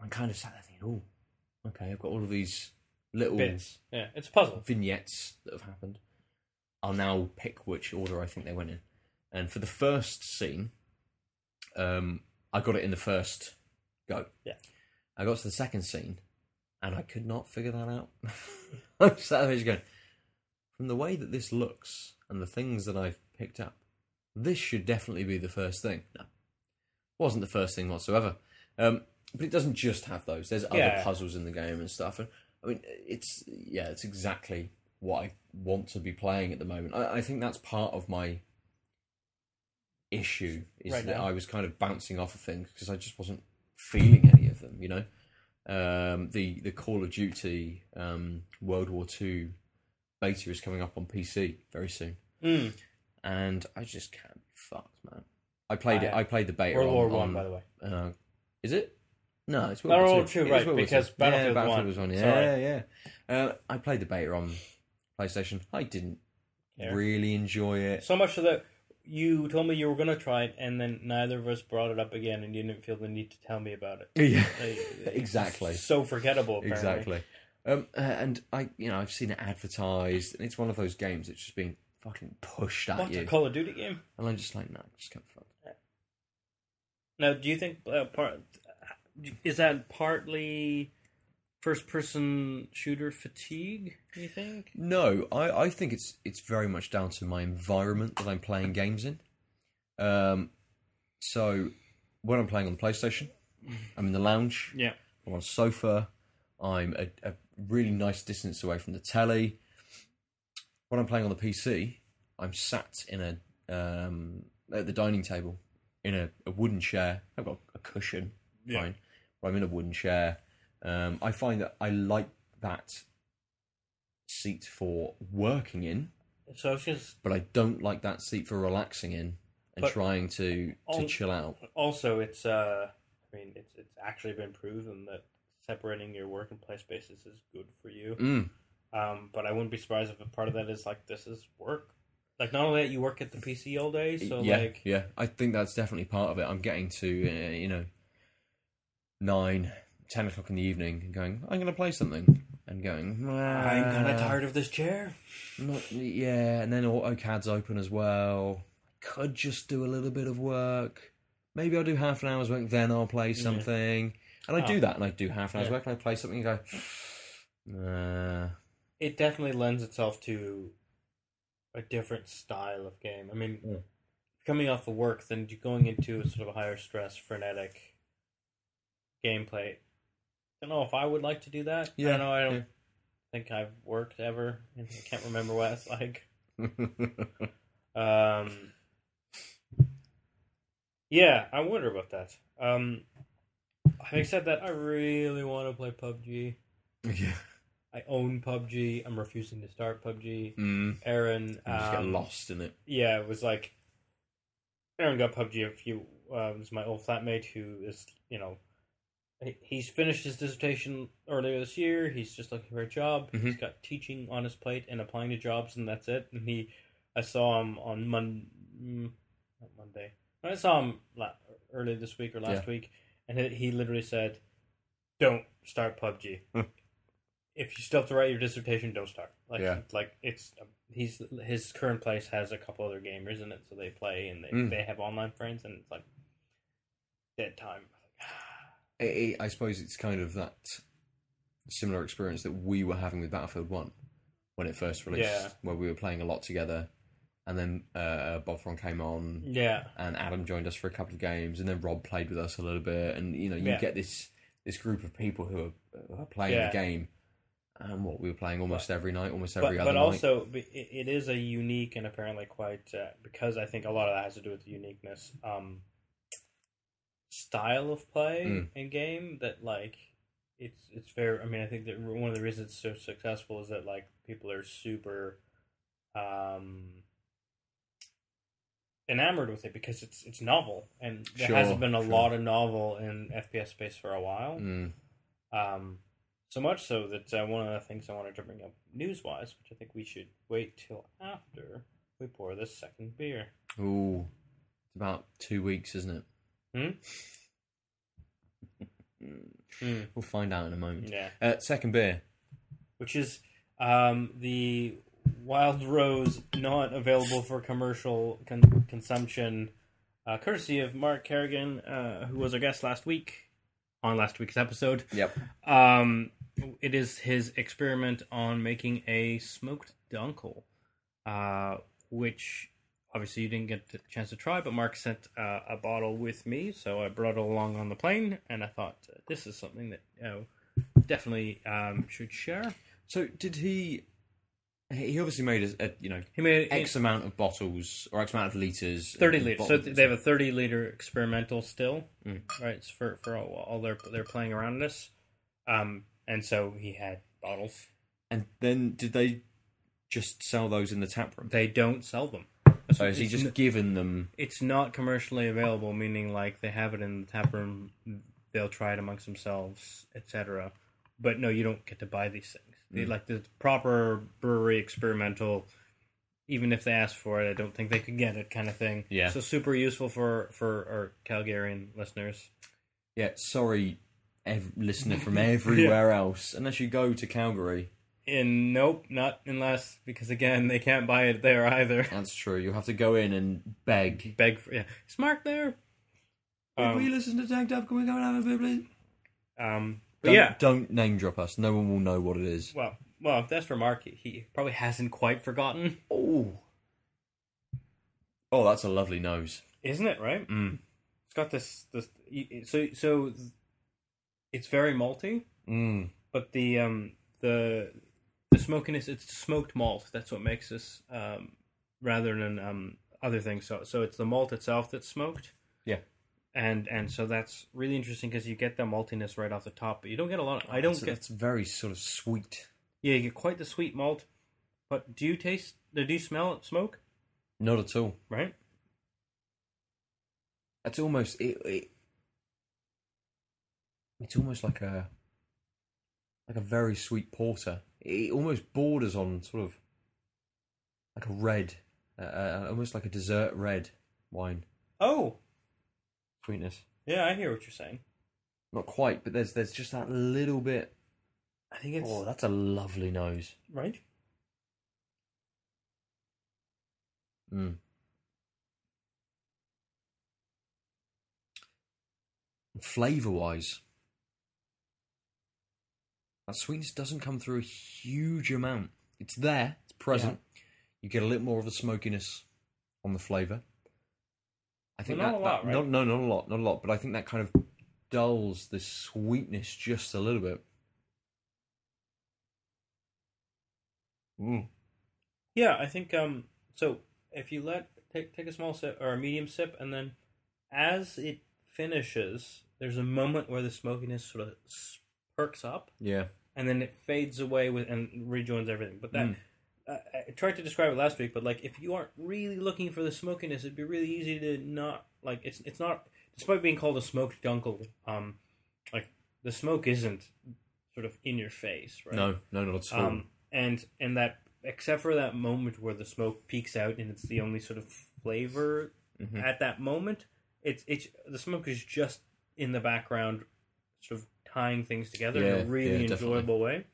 Speaker 1: I'm kind of sat there thinking, oh, okay, I've got all of these little
Speaker 2: Bits. Yeah, it's a puzzle.
Speaker 1: vignettes that have happened. I'll now pick which order I think they went in. And for the first scene, um, I got it in the first go.
Speaker 2: Yeah.
Speaker 1: I got to the second scene, and I could not figure that out. *laughs* I'm sat there just going, from the way that this looks and the things that I've picked up, this should definitely be the first thing. No, wasn't the first thing whatsoever. Um, but it doesn't just have those. There's other
Speaker 2: Yeah.
Speaker 1: puzzles in the game and stuff. And I mean, it's yeah, it's exactly what I want to be playing at the moment. I, I think that's part of my issue is
Speaker 2: Right
Speaker 1: that
Speaker 2: now.
Speaker 1: I was kind of bouncing off of things because I just wasn't feeling any of them. You know, um, the the Call of Duty um, World War Two beta is coming up on PC very soon,
Speaker 2: Mm.
Speaker 1: and I just can't be fucked, man. I played it.
Speaker 2: I-
Speaker 1: I played the beta.
Speaker 2: World
Speaker 1: on,
Speaker 2: War One,
Speaker 1: on-
Speaker 2: by the way.
Speaker 1: uh, is it? No, it's
Speaker 2: World War
Speaker 1: Two.
Speaker 2: Two,
Speaker 1: It is
Speaker 2: right,
Speaker 1: World War
Speaker 2: because
Speaker 1: Two.
Speaker 2: Battlefield
Speaker 1: yeah,
Speaker 2: One.
Speaker 1: Battlefield was on. Yeah,
Speaker 2: Sorry.
Speaker 1: yeah. Uh, I played the beta on PlayStation. I didn't
Speaker 2: Yeah.
Speaker 1: really enjoy
Speaker 2: *laughs*
Speaker 1: it.
Speaker 2: So much so that you told me you were going to try it, and then neither of us brought it up again, and you didn't feel the need to tell me about it.
Speaker 1: Yeah, *laughs*
Speaker 2: Like,
Speaker 1: exactly.
Speaker 2: It's so forgettable. Apparently.
Speaker 1: Exactly. Um, uh, and I, you know, I've seen it advertised, and it's one of those games that's just being fucking pushed at
Speaker 2: What's
Speaker 1: you,
Speaker 2: a Call of Duty game?
Speaker 1: and I'm just like, no, just can't fuck.
Speaker 2: Now, do you think uh, part is that partly first-person shooter fatigue? Do you think?
Speaker 1: No, I, I think it's it's very much down to my environment that I'm playing games in. Um, so when I'm playing on the PlayStation, I'm in the lounge,
Speaker 2: Yeah.
Speaker 1: I'm on a sofa, I'm a, a really nice distance away from the telly. When I'm playing on the PC, I'm sat in a um, at the dining table in a, a wooden chair. I've got a cushion,
Speaker 2: Yeah.
Speaker 1: fine, but I'm in a wooden chair. Um, I find that I like that seat for working in,
Speaker 2: So it's just
Speaker 1: but I don't like that seat for relaxing in and
Speaker 2: But-
Speaker 1: trying to to
Speaker 2: Oh.
Speaker 1: chill out.
Speaker 2: also it's. Uh, I mean, it's it's actually been proven that separating your work and play spaces is good for you.
Speaker 1: Mm.
Speaker 2: Um, but I wouldn't be surprised if a part of that is like this is work. Like not only that you work at the PC all day, so
Speaker 1: yeah,
Speaker 2: like
Speaker 1: yeah, I think that's definitely part of it. I'm getting to uh, you know nine, ten o'clock in the evening, and going, I'm going to play something, and going,
Speaker 2: I'm kind
Speaker 1: "Ah,
Speaker 2: of tired of this chair.
Speaker 1: Not, yeah, and then AutoCAD's open as well. Could just do a little bit of work. Maybe I'll do half an hour's work, then I'll play something. And I
Speaker 2: Oh.
Speaker 1: do that, and I do half an hour's
Speaker 2: Yeah.
Speaker 1: work, and I play something, and go, uh, *laughs*
Speaker 2: It definitely lends itself to a different style of game. I mean,
Speaker 1: Mm.
Speaker 2: coming off of work, then you're going into a sort of a higher stress, frenetic gameplay. I don't know if I would like to do that. I
Speaker 1: Yeah,
Speaker 2: don't know. I don't
Speaker 1: yeah.
Speaker 2: think I've worked ever, and I can't remember what it's like.
Speaker 1: yeah,
Speaker 2: Um, yeah, I wonder about that. Um, having said that, I really want to play PUBG. I own PUBG. I'm refusing to start PUBG.
Speaker 1: mm.
Speaker 2: Aaron,
Speaker 1: I just get
Speaker 2: um,
Speaker 1: lost in it.
Speaker 2: yeah, it was like Aaron got PUBG a few. Um, it was my old flatmate who is, you know, he- he's finished his dissertation earlier this year. He's just looking for a job. He's got teaching on his plate and applying to jobs, and that's it. And he, I saw him on Mon, mm, not Monday. I saw him la- earlier this week or last week, and he- he literally said, "Don't start PUBG. if you still have to write your dissertation, don't start." Like,
Speaker 1: Yeah.
Speaker 2: like it's um, he's his current place has a couple other gamers in it, so they play and they,
Speaker 1: Mm.
Speaker 2: they have online friends, and it's like dead time.
Speaker 1: It, it, I suppose it's kind of that similar experience that we were having with Battlefield One when it first released,
Speaker 2: Yeah.
Speaker 1: where we were playing a lot together, and then uh, Bob Ron came on,
Speaker 2: Yeah,
Speaker 1: and Adam joined us for a couple of games, and then Rob played with us a little bit, and you know you
Speaker 2: Yeah.
Speaker 1: get this this group of people who are, who are playing
Speaker 2: Yeah.
Speaker 1: the game, and what we were playing almost every night, almost every
Speaker 2: but,
Speaker 1: other
Speaker 2: but
Speaker 1: night.
Speaker 2: also b- it, it is a unique and apparently quite uh, because I think a lot of that has to do with the uniqueness um, style of play
Speaker 1: Mm.
Speaker 2: and game that like it's it's very I mean I think that one of the reasons it's so successful is that like people are super um, enamored with it because it's it's novel and there
Speaker 1: Sure,
Speaker 2: hasn't been a
Speaker 1: sure.
Speaker 2: lot of novel in FPS space for a while.
Speaker 1: Mm,
Speaker 2: Um, so much so that uh, one of the things I wanted to bring up news wise, which I think we should wait till after we pour this second beer.
Speaker 1: ooh, it's about two weeks, isn't it?
Speaker 2: Hmm,
Speaker 1: We'll find out in a moment.
Speaker 2: yeah.
Speaker 1: Uh, second beer.
Speaker 2: Which is um, the Wild Rose not available for commercial con- consumption, uh, courtesy of Mark Kerrigan, uh, who was our guest last week on last week's episode.
Speaker 1: Yep.
Speaker 2: Um, it is his experiment on making a smoked dunkel, uh, which obviously you didn't get the chance to try, but Mark sent uh, a bottle with me, so I brought it along on the plane, and I thought uh, this is something that you know, definitely um, should share.
Speaker 1: So did he? He obviously made a, a you know
Speaker 2: He made it-
Speaker 1: x amount of bottles or x amount of liters.
Speaker 2: thirty
Speaker 1: of
Speaker 2: liters. So
Speaker 1: bottles.
Speaker 2: th- they have a thirty liter experimental still, right? It's for for all, all their they're playing around this, um, and so he had bottles.
Speaker 1: and then did they just sell those in the tap room?
Speaker 2: They don't sell them.
Speaker 1: So is he
Speaker 2: It's
Speaker 1: just
Speaker 2: n-
Speaker 1: given them?
Speaker 2: it's not commercially available, meaning like they have it in the tap room, they'll try it amongst themselves, etc. But no, you don't get to buy these things. They, like the proper brewery experimental, even if they ask for it, I don't think they could get it, kind of thing.
Speaker 1: Yeah.
Speaker 2: So super useful for for our Calgarian listeners.
Speaker 1: Yeah. Sorry, ev- listener
Speaker 2: *laughs*
Speaker 1: from everywhere else, unless you go to Calgary.
Speaker 2: And nope, not unless because again they can't buy it there either. *laughs*
Speaker 1: That's true. You'll have to go in and beg.
Speaker 2: Beg for yeah, is Mark there?
Speaker 1: If
Speaker 2: Um,
Speaker 1: listen to Tanked Up? Can we go and have a beer, please?
Speaker 2: um but
Speaker 1: Don't,
Speaker 2: yeah,
Speaker 1: Don't name drop us. No one will know what it is.
Speaker 2: Well, well, if that's for Mark, he probably hasn't quite forgotten,
Speaker 1: Oh. Oh, that's a lovely nose.
Speaker 2: isn't it? Right?
Speaker 1: Mm.
Speaker 2: It's got this, this. y- So, so it's very malty,
Speaker 1: Mm.
Speaker 2: but the um the the smokiness it's smoked malt. That's what makes this um rather than um other things. So, so it's the malt itself that's smoked.
Speaker 1: Yeah.
Speaker 2: And and so that's really interesting because you get the maltiness right off the top, but you don't get a lot. I don't
Speaker 1: It's,
Speaker 2: get
Speaker 1: it's very sort of sweet.
Speaker 2: yeah, you get quite the sweet malt. But do you taste? Do you smell it? Smoke?
Speaker 1: Not at all.
Speaker 2: Right?
Speaker 1: It's almost it, it. It's almost like a like a very sweet porter. It almost borders on sort of like a red, uh, uh, almost like a dessert red wine
Speaker 2: Oh,
Speaker 1: sweetness.
Speaker 2: Yeah, I hear what you're saying.
Speaker 1: Not quite, but there's there's just that little bit.
Speaker 2: I think it's
Speaker 1: Oh, that's a lovely nose.
Speaker 2: right.
Speaker 1: Mm. Flavor wise, that sweetness doesn't come through a huge amount. It's there, it's present. You get a little more of the smokiness on the flavor. I think
Speaker 2: But not
Speaker 1: that,
Speaker 2: a lot,
Speaker 1: that-
Speaker 2: right?
Speaker 1: not, no, not a lot, not a lot. But I think that kind of dulls the sweetness just a little bit. Mm.
Speaker 2: Yeah, I think um. So if you let take take a small sip or a medium sip, and then as it finishes, there's a moment where the smokiness sort of s- perks up,
Speaker 1: Yeah.
Speaker 2: and then it fades away with and rejoins everything. But that
Speaker 1: Mm.
Speaker 2: uh, I tried to describe it last week, but like if you aren't really looking for the smokiness, it'd be really easy to not like it's it's not despite being called a smoked dunkel. Um, like the smoke isn't sort of in your face, right?
Speaker 1: No, no, not at all.
Speaker 2: Um, and and that except for that moment where the smoke peaks out and it's
Speaker 1: Mm-hmm.
Speaker 2: the only sort of flavor at that moment, it's it's the smoke is just in the background, sort of tying things together
Speaker 1: Yeah,
Speaker 2: in a really
Speaker 1: yeah, definitely.
Speaker 2: enjoyable way.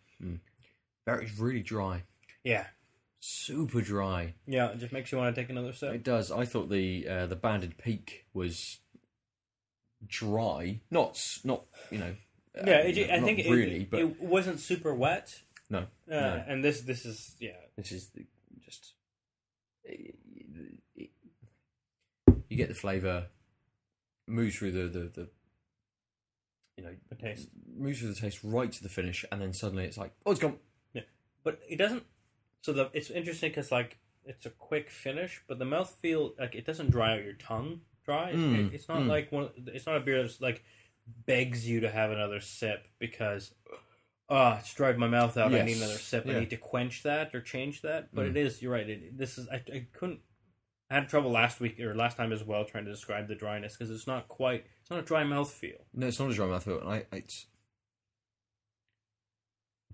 Speaker 1: Very, it's really dry,
Speaker 2: Yeah,
Speaker 1: super dry.
Speaker 2: yeah. It just makes you want to take another sip.
Speaker 1: It does. I thought the uh, the banded peak was dry, not s- not you know. uh,
Speaker 2: yeah, it,
Speaker 1: you know,
Speaker 2: I
Speaker 1: not
Speaker 2: think it-
Speaker 1: really,
Speaker 2: it,
Speaker 1: but
Speaker 2: it wasn't super wet.
Speaker 1: no,
Speaker 2: Uh,
Speaker 1: no.
Speaker 2: And this, this is yeah.
Speaker 1: This is the, just you get the flavour, moves through the, the the you know
Speaker 2: The taste.
Speaker 1: moves through the taste right to the finish, and then suddenly it's like oh it's gone.
Speaker 2: but it doesn't. So the it's interesting because like it's a quick finish, but the mouthfeel like it doesn't dry out your tongue dry. It's,
Speaker 1: Mm,
Speaker 2: it- it's not
Speaker 1: mm.
Speaker 2: like one. It's not a beer that's like begs you to have another sip because ah, it's dried my mouth out. I need
Speaker 1: Yes.
Speaker 2: another sip.
Speaker 1: Yeah.
Speaker 2: I need to quench that or change that. But
Speaker 1: Mm.
Speaker 2: it is. You're right. It, this is. I, I couldn't. I had trouble last week or last time as well trying to describe the dryness because it's not quite. It's not a dry mouthfeel.
Speaker 1: No, it's not a dry mouthfeel, and I it's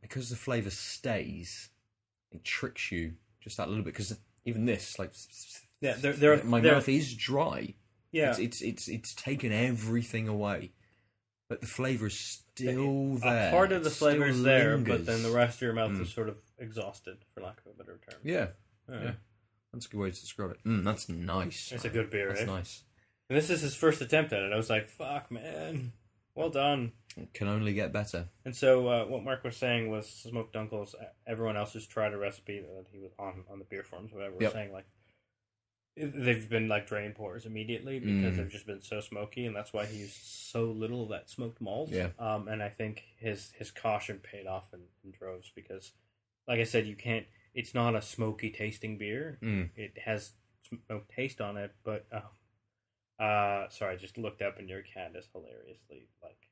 Speaker 1: because the flavour stays. It tricks you just that little bit because even this like
Speaker 2: Yeah, there, there are
Speaker 1: my
Speaker 2: there,
Speaker 1: mouth is dry.
Speaker 2: Yeah,
Speaker 1: It's, it's it's it's taken everything away, but the flavour is still there.
Speaker 2: A part of
Speaker 1: It
Speaker 2: the
Speaker 1: still
Speaker 2: flavor is there, but
Speaker 1: lingers.
Speaker 2: then the rest of your mouth
Speaker 1: Mm.
Speaker 2: is sort of exhausted, for lack of a better term.
Speaker 1: Yeah,
Speaker 2: Uh,
Speaker 1: yeah. that's a good way to describe it. Mm, that's nice.
Speaker 2: It's a good beer,
Speaker 1: That's
Speaker 2: eh?
Speaker 1: nice.
Speaker 2: And this is his first attempt at it. I was like, fuck, man. Well done.
Speaker 1: It can only get better.
Speaker 2: And so uh, what Mark was saying was smoked uncles, everyone else who's tried a recipe that he was on on the beer forums, whatever, was
Speaker 1: Yep.
Speaker 2: saying like they've been like drain pours immediately because
Speaker 1: Mm.
Speaker 2: they've just been so smoky, and that's why he used so little of that smoked malt.
Speaker 1: Yeah.
Speaker 2: Um, and I think his his caution paid off in, in droves because, like I said, you can't. It's not a smoky tasting beer.
Speaker 1: Mm.
Speaker 2: It has smoked taste on it, but um, uh, sorry, I just looked up and your cat is hilariously like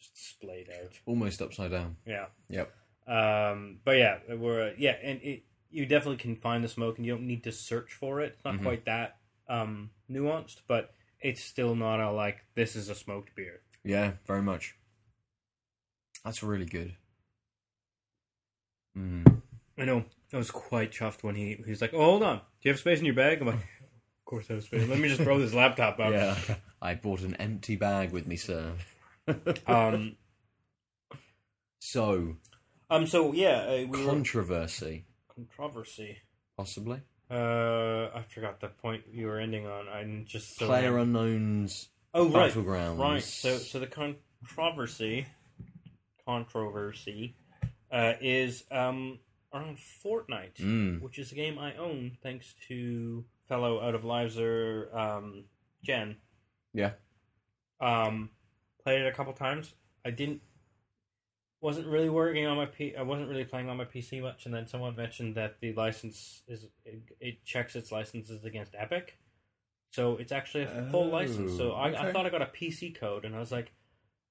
Speaker 2: just splayed out.
Speaker 1: Almost upside down.
Speaker 2: Yeah.
Speaker 1: Yep.
Speaker 2: Um, but yeah, we're yeah, and it you definitely can find the smoke, and you don't need to search for it. It's not
Speaker 1: Mhm.
Speaker 2: quite that um, nuanced, but it's still not a like this is a smoked beer.
Speaker 1: Yeah, very much. That's really good. Mm.
Speaker 2: I know I was quite chuffed when he he's like, "Oh, hold on, do you have space in your bag?" I'm like, "Of course I have space. Let me just throw this
Speaker 1: *laughs*
Speaker 2: laptop out."
Speaker 1: Yeah, I brought an empty bag with me, sir.
Speaker 2: Um.
Speaker 1: So
Speaker 2: Um. So yeah, uh, we were
Speaker 1: controversy,
Speaker 2: controversy.
Speaker 1: possibly.
Speaker 2: Uh, I forgot the point you were ending on. I'm just so
Speaker 1: Player unknowns.
Speaker 2: Oh right,
Speaker 1: Battlegrounds.
Speaker 2: right. So so the controversy, controversy, uh, is um around Fortnite,
Speaker 1: Mm.
Speaker 2: which is a game I own thanks to fellow out of liveser um, Jen.
Speaker 1: Yeah.
Speaker 2: Um, played it a couple times. I didn't. Wasn't really working on my P. I wasn't really playing on my PC much, and then someone mentioned that the license is it, it checks its licenses against Epic, so it's actually a full
Speaker 1: Oh,
Speaker 2: license. So I, I
Speaker 1: okay.
Speaker 2: thought I got a PC code, and I was like,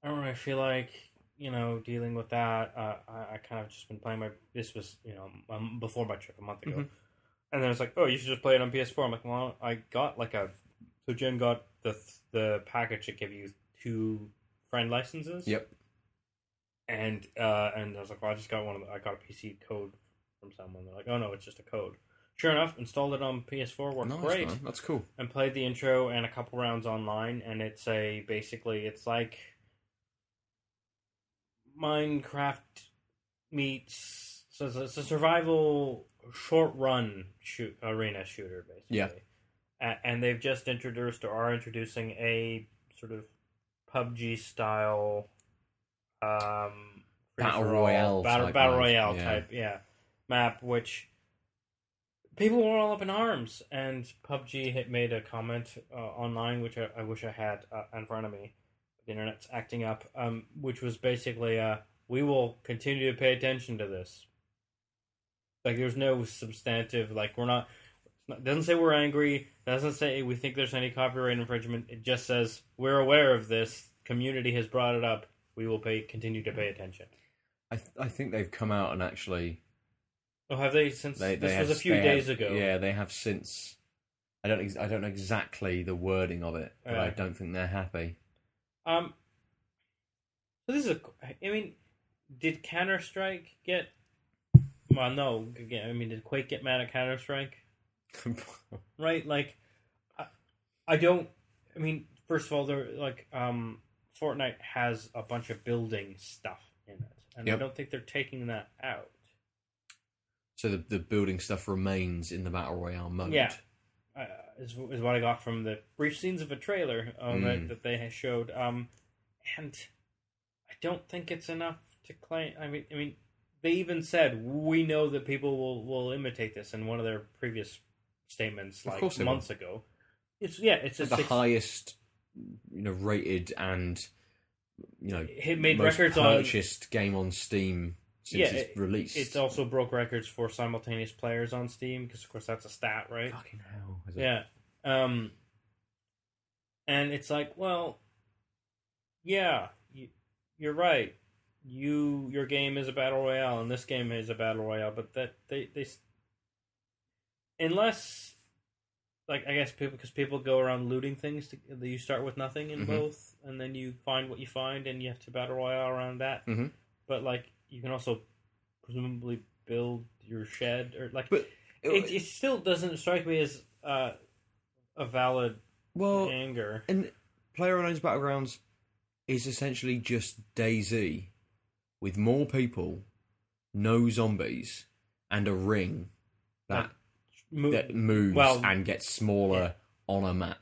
Speaker 2: I don't really feel like you know dealing with that. Uh, I, I kind of just been playing my. This was you know um, before my trip a month ago,
Speaker 1: Mhm.
Speaker 2: and then it's like, oh, you should just play it on PS4. I'm like, well, I got like a. So Jen got the the package that gave you two friend licenses.
Speaker 1: Yep.
Speaker 2: And uh, and I was like, well, I just got one. Of the, I got a PC code from someone. They're like, oh no, it's just a code. Sure enough, installed it on PS4. Worked
Speaker 1: Nice,
Speaker 2: great
Speaker 1: man. That's cool.
Speaker 2: and played the intro and a couple rounds online and it's a basically it's like minecraft meets so it's, it's a survival short run shoot arena shooter basically
Speaker 1: Yeah.
Speaker 2: A- and they've just introduced or are introducing a sort of pubg style um
Speaker 1: Battle
Speaker 2: free-for-all,
Speaker 1: Royale
Speaker 2: battle,
Speaker 1: type
Speaker 2: battle
Speaker 1: map,
Speaker 2: royale
Speaker 1: yeah.
Speaker 2: type yeah map which people were all up in arms, and PUBG had made a comment uh, online, which I, I wish I had uh, in front of me. The internet's acting up, um, which was basically, uh, "We will continue to pay attention to this." Like, there's no substantive. Like, we're not. it's not- Doesn't say we're angry. Doesn't say we think there's any copyright infringement. It just says we're aware of this. Community has brought it up. We will pay continue to pay attention.
Speaker 1: I th- I think they've come out and actually
Speaker 2: Oh, have they since
Speaker 1: they,
Speaker 2: this
Speaker 1: they
Speaker 2: was
Speaker 1: have,
Speaker 2: a few
Speaker 1: they
Speaker 2: days
Speaker 1: have-
Speaker 2: ago?
Speaker 1: Yeah, they have since. I don't ex- I don't know exactly the wording of it, but I
Speaker 2: Yeah.
Speaker 1: don't think they're happy. *laughs*
Speaker 2: Um, so this is a. I mean, did Counter Strike get? Well, no. Again, I mean, did Quake get mad at Counter Strike? Right? Like, I, I don't. I mean, First of all, there like um, Fortnite has a bunch of building stuff in it, and I
Speaker 1: Yep.
Speaker 2: don't think they're taking that out.
Speaker 1: So the, the building stuff remains in the battle royale mode.
Speaker 2: Yeah. Uh, is is what I got from the brief scenes of a trailer um,
Speaker 1: Mm.
Speaker 2: that, that they showed. Um, and I don't think it's enough to claim. I mean, I mean, they even said we know that people will will imitate this in one of their previous statements,
Speaker 1: Of
Speaker 2: like
Speaker 1: course they will.
Speaker 2: months ago. It's yeah, it's
Speaker 1: It's
Speaker 2: just
Speaker 1: the
Speaker 2: ex-
Speaker 1: highest, you know, rated and you know
Speaker 2: it made
Speaker 1: most
Speaker 2: records on
Speaker 1: purchased game on Steam since
Speaker 2: Yeah,
Speaker 1: it's released.
Speaker 2: It's also broke records for simultaneous players on Steam because, of course, that's a stat, right?
Speaker 1: fucking hell. is it?
Speaker 2: Yeah. Um. And it's like, well, yeah, you, you're right. You your game is a battle royale, and this game is a battle royale, but that they they s- unless like I guess people because people go around looting things. To, that you start with nothing in
Speaker 1: Mhm.
Speaker 2: both, and then you find what you find, and you have to battle royale around that.
Speaker 1: Mhm.
Speaker 2: But like you can also presumably build your shed or like
Speaker 1: But-
Speaker 2: it, it still doesn't strike me as uh, a valid
Speaker 1: well,
Speaker 2: anger.
Speaker 1: and PlayerUnknown's Battlegrounds is essentially just DayZ with more people, no zombies, and a ring that
Speaker 2: Mo-
Speaker 1: that moves
Speaker 2: Uh, well,
Speaker 1: and gets smaller on a map.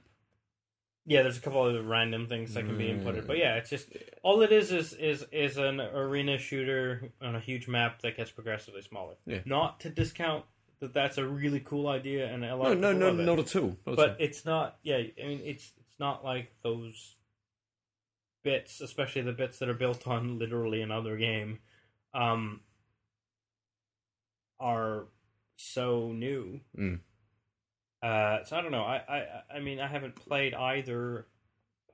Speaker 2: yeah, there's a couple of random things that can be inputted,
Speaker 1: Mm.
Speaker 2: but yeah, it's just all it is is is is an arena shooter on a huge map that gets progressively smaller.
Speaker 1: Yeah.
Speaker 2: Not to discount that that's a really cool idea and a lot
Speaker 1: No, no,
Speaker 2: of people
Speaker 1: no,
Speaker 2: love it.
Speaker 1: not at all. Not at all.
Speaker 2: but it's not. Yeah, I mean, it's it's not like those bits, especially the bits that are built on literally another game, um, are so new.
Speaker 1: Mm.
Speaker 2: Uh, so I don't know. I, I I- I mean, I haven't played either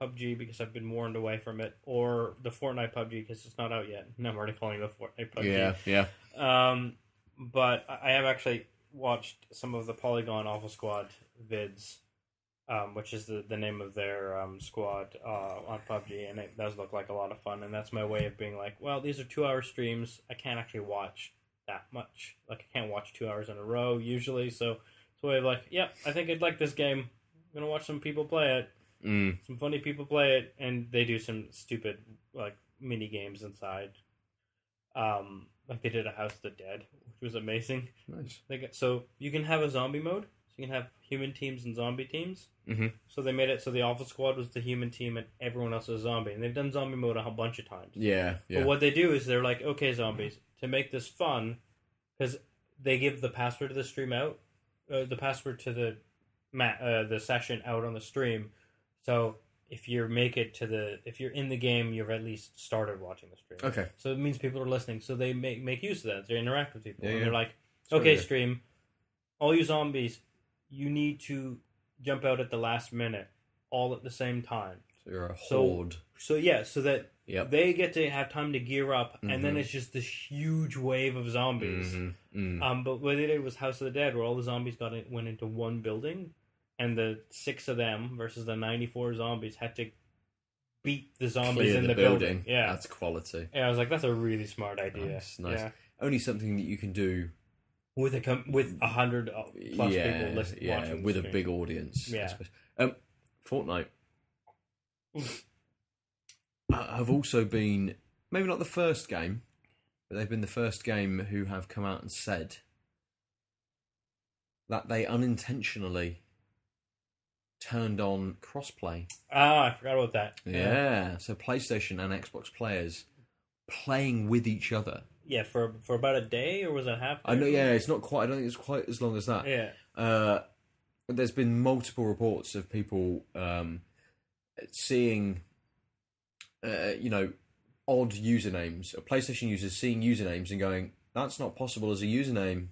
Speaker 2: PUBG because I've been warned away from it, or the Fortnite PUBG because it's not out yet. No, I'm already calling it the Fortnite PUBG.
Speaker 1: yeah, yeah.
Speaker 2: Um, but I I have actually watched some of the Polygon Alpha Squad vids, um, which is the, the name of their um, squad uh, on PUBG, and it does look like a lot of fun. And that's my way of being like, well, these are two hour streams. I can't actually watch that much. Like, I can't watch two hours in a row usually. So it's a way of like, yep, I think I'd like this game. I'm going to watch some people play it.
Speaker 1: Mm.
Speaker 2: Some funny people play it, and they do some stupid, like, mini games inside um, like they did a House of the Dead, which was amazing.
Speaker 1: Nice.
Speaker 2: They got, so you can have a zombie mode. So you can have human teams and zombie teams.
Speaker 1: Mhm.
Speaker 2: So they made it so the Alpha Squad was the human team and everyone else was a zombie. And they've done zombie mode a whole bunch of times.
Speaker 1: Yeah, yeah.
Speaker 2: But what they do is they're like, okay, zombies, to make this fun, because they give the password to the stream out, uh, the password to the ma- uh, the session out on the stream. So if you make it to the, if you're in the game, you've at least started watching the stream.
Speaker 1: okay.
Speaker 2: So it means people are listening. So they make make use of that. They interact with people.
Speaker 1: Yeah,
Speaker 2: and
Speaker 1: yeah.
Speaker 2: they're like,
Speaker 1: Sure,
Speaker 2: okay,
Speaker 1: yeah.
Speaker 2: stream, all you zombies, you need to jump out at the last minute, all at the same time.
Speaker 1: So you're a
Speaker 2: So-
Speaker 1: horde.
Speaker 2: So yeah, so that
Speaker 1: Yep.
Speaker 2: they get to have time to gear up, and then
Speaker 1: Mhm.
Speaker 2: it's just this huge wave of zombies.
Speaker 1: Mhm, mm.
Speaker 2: Um, but what they did was House of the Dead, where all the zombies got in, went into one building, and the six of them versus the ninety-four zombies had to beat the zombies
Speaker 1: Clear
Speaker 2: in
Speaker 1: the,
Speaker 2: the,
Speaker 1: building.
Speaker 2: Yeah,
Speaker 1: That's quality.
Speaker 2: yeah, I was like, that's a really smart idea.
Speaker 1: Nice, nice.
Speaker 2: Yeah.
Speaker 1: Only something that you can do.
Speaker 2: With a com- with a hundred uh, plus
Speaker 1: yeah,
Speaker 2: people listening,
Speaker 1: yeah,
Speaker 2: watching
Speaker 1: with
Speaker 2: the
Speaker 1: a
Speaker 2: stream.
Speaker 1: big audience. I
Speaker 2: Yeah.
Speaker 1: suppose. Um, Fortnite.
Speaker 2: Mm.
Speaker 1: uh, have also been maybe not the first game, but they've been the first game who have come out and said that they unintentionally turned on crossplay.
Speaker 2: Ah, I forgot about that.
Speaker 1: Yeah. So PlayStation and Xbox players playing with each other.
Speaker 2: yeah, for for about a day or was it half?
Speaker 1: I know.
Speaker 2: day?
Speaker 1: Yeah, it's not quite. I don't think it's quite as long as that.
Speaker 2: yeah,
Speaker 1: Uh, there's been multiple reports of people um, seeing, uh, you know, odd usernames, or PlayStation users seeing usernames and going, "That's not possible as a username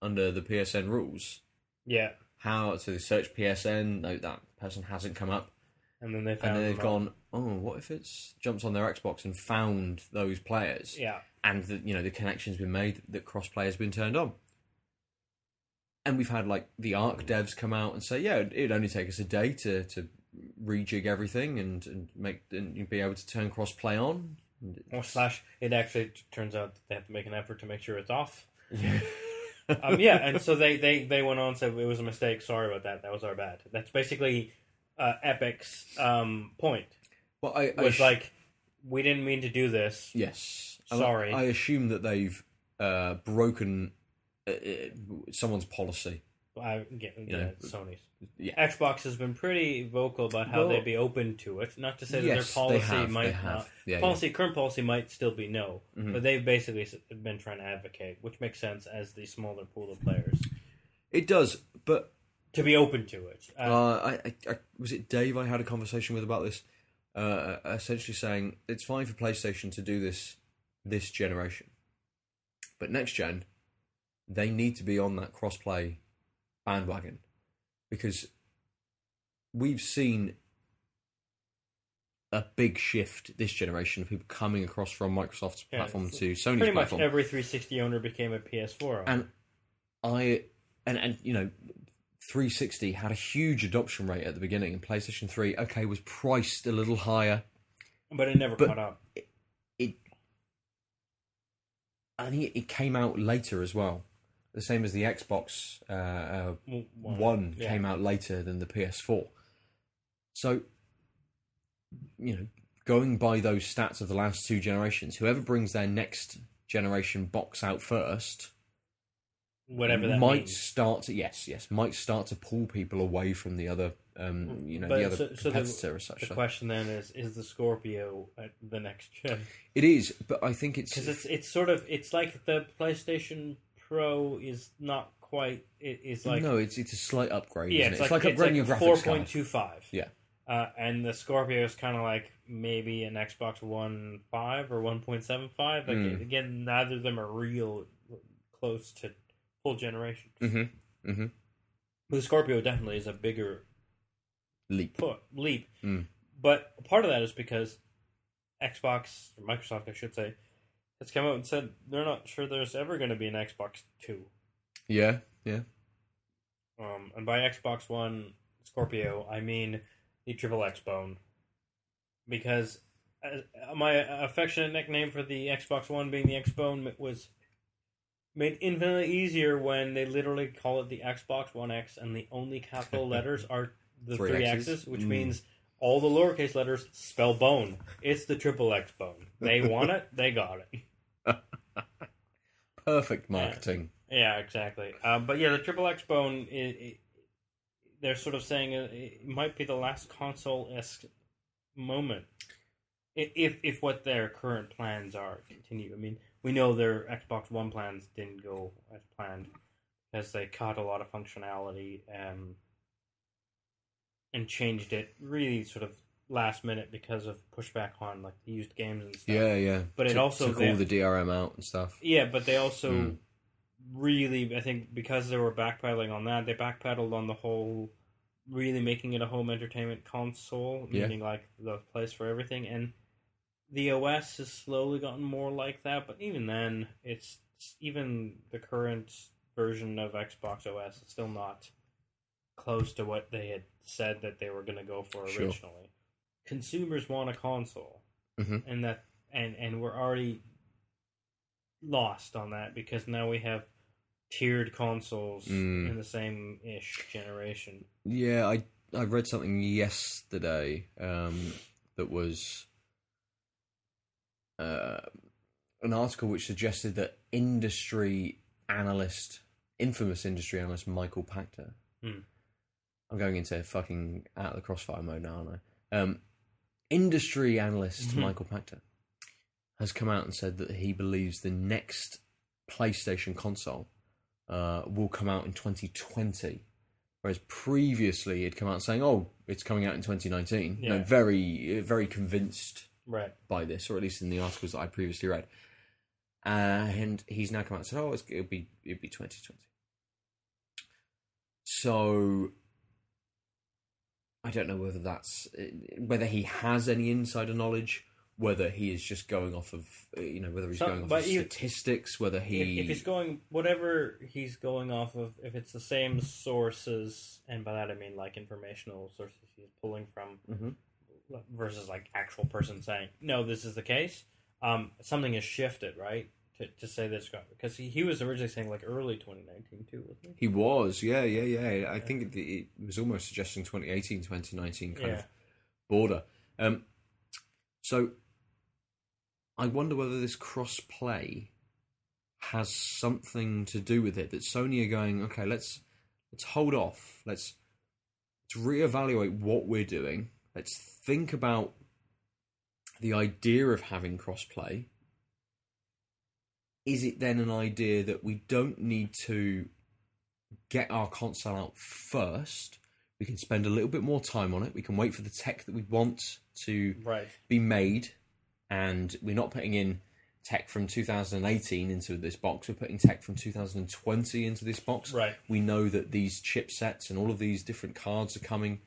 Speaker 1: under the PSN rules."
Speaker 2: yeah.
Speaker 1: How so? They search PSN. No, that person hasn't come up,
Speaker 2: And then they
Speaker 1: and
Speaker 2: found
Speaker 1: then they've
Speaker 2: them all.
Speaker 1: gone, "Oh, what if it's jumps on their Xbox and found those players?"
Speaker 2: Yeah,
Speaker 1: and the, you know the connection's been made that crossplay has been turned on. And we've had like the arc devs come out and say, yeah, it'd- it'd only take us a day to to rejig everything and, and make and you'd be able to turn crossplay on.
Speaker 2: or slash it actually t- turns out that they have to make an effort to make sure it's off.
Speaker 1: Yeah. *laughs*
Speaker 2: Um, yeah, and so they they they went on and said it was a mistake. Sorry about that. That was our bad. That's basically. uh, Epic's um, point
Speaker 1: Well, I, I
Speaker 2: was
Speaker 1: sh-
Speaker 2: like, we didn't mean to do this.
Speaker 1: yes. And
Speaker 2: Sorry.
Speaker 1: I, I assume that they've uh, broken uh, uh, someone's policy.
Speaker 2: I get yeah,
Speaker 1: Yeah.
Speaker 2: Sony's.
Speaker 1: Yeah.
Speaker 2: Xbox has been pretty vocal about how
Speaker 1: Well-
Speaker 2: they'd be open to it. Not to say that
Speaker 1: Yes,
Speaker 2: their
Speaker 1: they
Speaker 2: policy
Speaker 1: have, they
Speaker 2: might
Speaker 1: have.
Speaker 2: not
Speaker 1: Yeah, yeah.
Speaker 2: policy current policy might still be no,
Speaker 1: Mhm.
Speaker 2: but they've basically s- been trying to advocate, which makes sense as the smaller pool of players
Speaker 1: It does, but
Speaker 2: to be open to it. Uh,
Speaker 1: Uh, I, I, I was it Dave I had a conversation with about this, uh, essentially saying it's fine for PlayStation to do this this generation, but next gen, they need to be on that crossplay bandwagon because we've seen a big shift this generation of people coming across from Microsoft's
Speaker 2: Yeah,
Speaker 1: platform
Speaker 2: it's
Speaker 1: to Sony's
Speaker 2: pretty much
Speaker 1: platform,
Speaker 2: every 360 owner became a PS4. owner.
Speaker 1: and I and and you know 360 had a huge adoption rate at the beginning and PlayStation 3 okay was priced a little higher
Speaker 2: but it never
Speaker 1: but-
Speaker 2: caught up.
Speaker 1: it and it, it came out later as well the same as the Xbox uh, uh,
Speaker 2: W- One,
Speaker 1: one
Speaker 2: Yeah.
Speaker 1: came out later than the PS4 so you know going by those stats of the last two generations whoever brings their next generation box out first
Speaker 2: whatever that
Speaker 1: might
Speaker 2: means.
Speaker 1: start to yes yes might start to pull people away from the other um you know
Speaker 2: Mm. But
Speaker 1: the other
Speaker 2: so- so the-
Speaker 1: competitor as such
Speaker 2: The question then is: Is the Scorpio uh, the next
Speaker 1: *laughs*
Speaker 2: gen?
Speaker 1: it is but i think it's
Speaker 2: Because it's it's sort of it's like the PlayStation Pro is not quite. It is like
Speaker 1: no it's it's a slight upgrade
Speaker 2: yeah,
Speaker 1: isn't
Speaker 2: it's,
Speaker 1: it? it's
Speaker 2: like,
Speaker 1: like, upgrading your
Speaker 2: four
Speaker 1: graphics
Speaker 2: point
Speaker 1: card
Speaker 2: two five.
Speaker 1: Yeah.
Speaker 2: Uh, and the Scorpio is kind of like maybe an Xbox One five or one point seven five. Like
Speaker 1: Mm.
Speaker 2: again, neither of them are real close to full generation.
Speaker 1: mm-hmm mm-hmm
Speaker 2: The Scorpio definitely is a bigger
Speaker 1: leap
Speaker 2: put, leap.
Speaker 1: Mm.
Speaker 2: But part of that is because Xbox or Microsoft, I should say, has come out and said they're not sure there's ever going to be an Xbox Two.
Speaker 1: yeah yeah
Speaker 2: Um, and by Xbox One Scorpio, I mean the triple X bone, because uh, my affectionate nickname for the Xbox One being the X bone was made infinitely easier when they literally call it the Xbox One X, and the only
Speaker 1: *laughs*
Speaker 2: capital letters are the
Speaker 1: Three
Speaker 2: three,
Speaker 1: X's?
Speaker 2: X's, which
Speaker 1: Mm.
Speaker 2: means all the lowercase letters spell bone. It's the triple X bone. They want it, they got it.
Speaker 1: perfect marketing
Speaker 2: Yeah, exactly. Uh, but yeah, the triple X bone, i i they're sort of saying it, it might be the last console esque moment. I- If if what their current plans are continue, I mean, we know their Xbox One plans didn't go as planned, as they cut a lot of functionality um, and changed it really sort of last minute because of pushback on like the used games and stuff.
Speaker 1: yeah yeah
Speaker 2: But it
Speaker 1: Took-
Speaker 2: also
Speaker 1: took
Speaker 2: they-
Speaker 1: all the drm out and stuff
Speaker 2: yeah, but they also
Speaker 1: Mm.
Speaker 2: really, I think, because they were backpedaling on that, they backpedaled on the whole really making it a home entertainment console,
Speaker 1: Yeah.
Speaker 2: meaning like the place for everything. And the OS has slowly gotten more like that, but even then, it's even the current version of Xbox OS is still not close to what they had said that they were going to go for
Speaker 1: Sure.
Speaker 2: originally. Consumers want a console,
Speaker 1: Mhm.
Speaker 2: and that and and we're already lost on that because now we have tiered consoles
Speaker 1: Mm.
Speaker 2: in the same ish generation.
Speaker 1: Yeah, I I read something yesterday um, that was uh, an article which suggested that industry analyst, infamous industry analyst Michael Pachter.
Speaker 2: Hmm.
Speaker 1: I'm going into fucking out of the crossfire mode now, aren't I? Um, industry analyst
Speaker 2: Mhm.
Speaker 1: Michael Pachter has come out and said that he believes the next PlayStation console uh, will come out in 2020. Whereas previously it'd come out saying, "Oh, it's coming out in 2019." You know,
Speaker 2: Yeah.
Speaker 1: very, uh, very convinced
Speaker 2: Right.
Speaker 1: by this, or at least in the articles that I previously read. And he's now come out and said, "Oh, it's, it'll be it'll be 2020." So I don't know whether that's whether he has any insider knowledge, whether he is just going off of uh, you know whether he's
Speaker 2: So-
Speaker 1: going off
Speaker 2: but
Speaker 1: of
Speaker 2: you-
Speaker 1: statistics, whether he
Speaker 2: If, if he's going whatever he's going off of, if it's the same sources, and by that I mean like informational sources he's pulling from,
Speaker 1: Mhm.
Speaker 2: versus like actual person saying, "No, this is the case." Um, something has shifted, right? to, to say that it's gone because he, he was originally saying like early 2019 too, wasn't he?
Speaker 1: He was, yeah, yeah, yeah. I think it, it was almost suggesting 2018, 2019 kind of
Speaker 2: Yeah,
Speaker 1: border. Um, so I wonder whether this cross play has something to do with it. That Sony are going, okay, let's let's hold off. Let's let's reevaluate what we're doing. Let's think about the idea of having cross play. Is it then an idea that we don't need to get our console out first? We can spend a little bit more time on it. We can wait for the tech that we want to
Speaker 2: right.
Speaker 1: be made, and we're not putting in tech from 2018 into this box. We're putting tech from 2020 into this box.
Speaker 2: Right.
Speaker 1: We know that these chipsets and all of these different cards are coming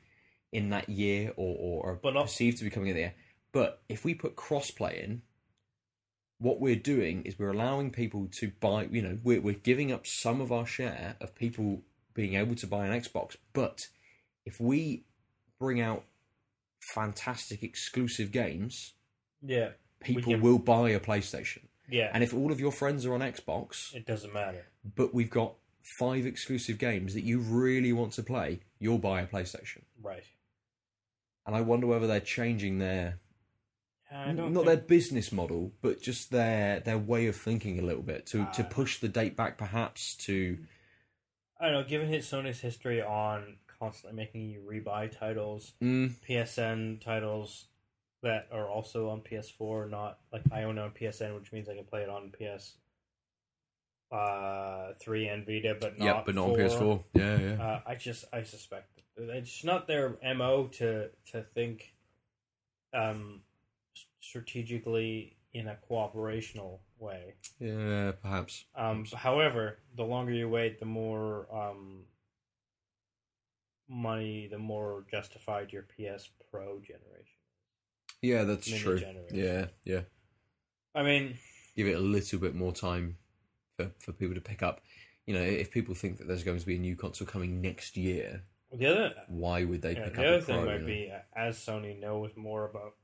Speaker 1: in that year, or, or are
Speaker 2: But not-
Speaker 1: perceived to be coming in the year. But if we put crossplay in, what we're doing is we're allowing people to buy. You know, we're, we're giving up some of our share of people being able to buy an Xbox. But if we bring out fantastic exclusive games,
Speaker 2: Yeah, We
Speaker 1: people
Speaker 2: can-
Speaker 1: will buy a PlayStation.
Speaker 2: yeah.
Speaker 1: And if all of your friends are on Xbox,
Speaker 2: it doesn't matter.
Speaker 1: but we've got five exclusive games that you really want to play, you'll buy a PlayStation.
Speaker 2: Right.
Speaker 1: And I wonder whether they're changing their
Speaker 2: I don't.
Speaker 1: not their
Speaker 2: think,
Speaker 1: business model, but just their their way of thinking a little bit to to
Speaker 2: Ah.
Speaker 1: push the date back, perhaps to
Speaker 2: I don't know. Given his Sony's history on constantly making you rebuy titles,
Speaker 1: mm,
Speaker 2: PSN titles that are also on PS4, not like I own it on PSN, which means I can play it on PS uh, three and Vita, but not
Speaker 1: yeah, but not on PS4.
Speaker 2: four.
Speaker 1: Yeah, yeah.
Speaker 2: Uh, I just I suspect that it's not their mo to to think um, s- strategically in a cooperational way.
Speaker 1: yeah, perhaps.
Speaker 2: Um, however, the longer you wait, the more um, money, the more justified your PS Pro generation.
Speaker 1: Yeah, that's
Speaker 2: Mini
Speaker 1: true.
Speaker 2: generation.
Speaker 1: Yeah, yeah.
Speaker 2: I mean,
Speaker 1: give it a little bit more time for, for people to pick up. You know, if people think that there's going to be a new console coming next year,
Speaker 2: the other
Speaker 1: why would they
Speaker 2: yeah,
Speaker 1: pick
Speaker 2: the other
Speaker 1: up a
Speaker 2: thing
Speaker 1: Pro?
Speaker 2: might be uh, as Sony knows more about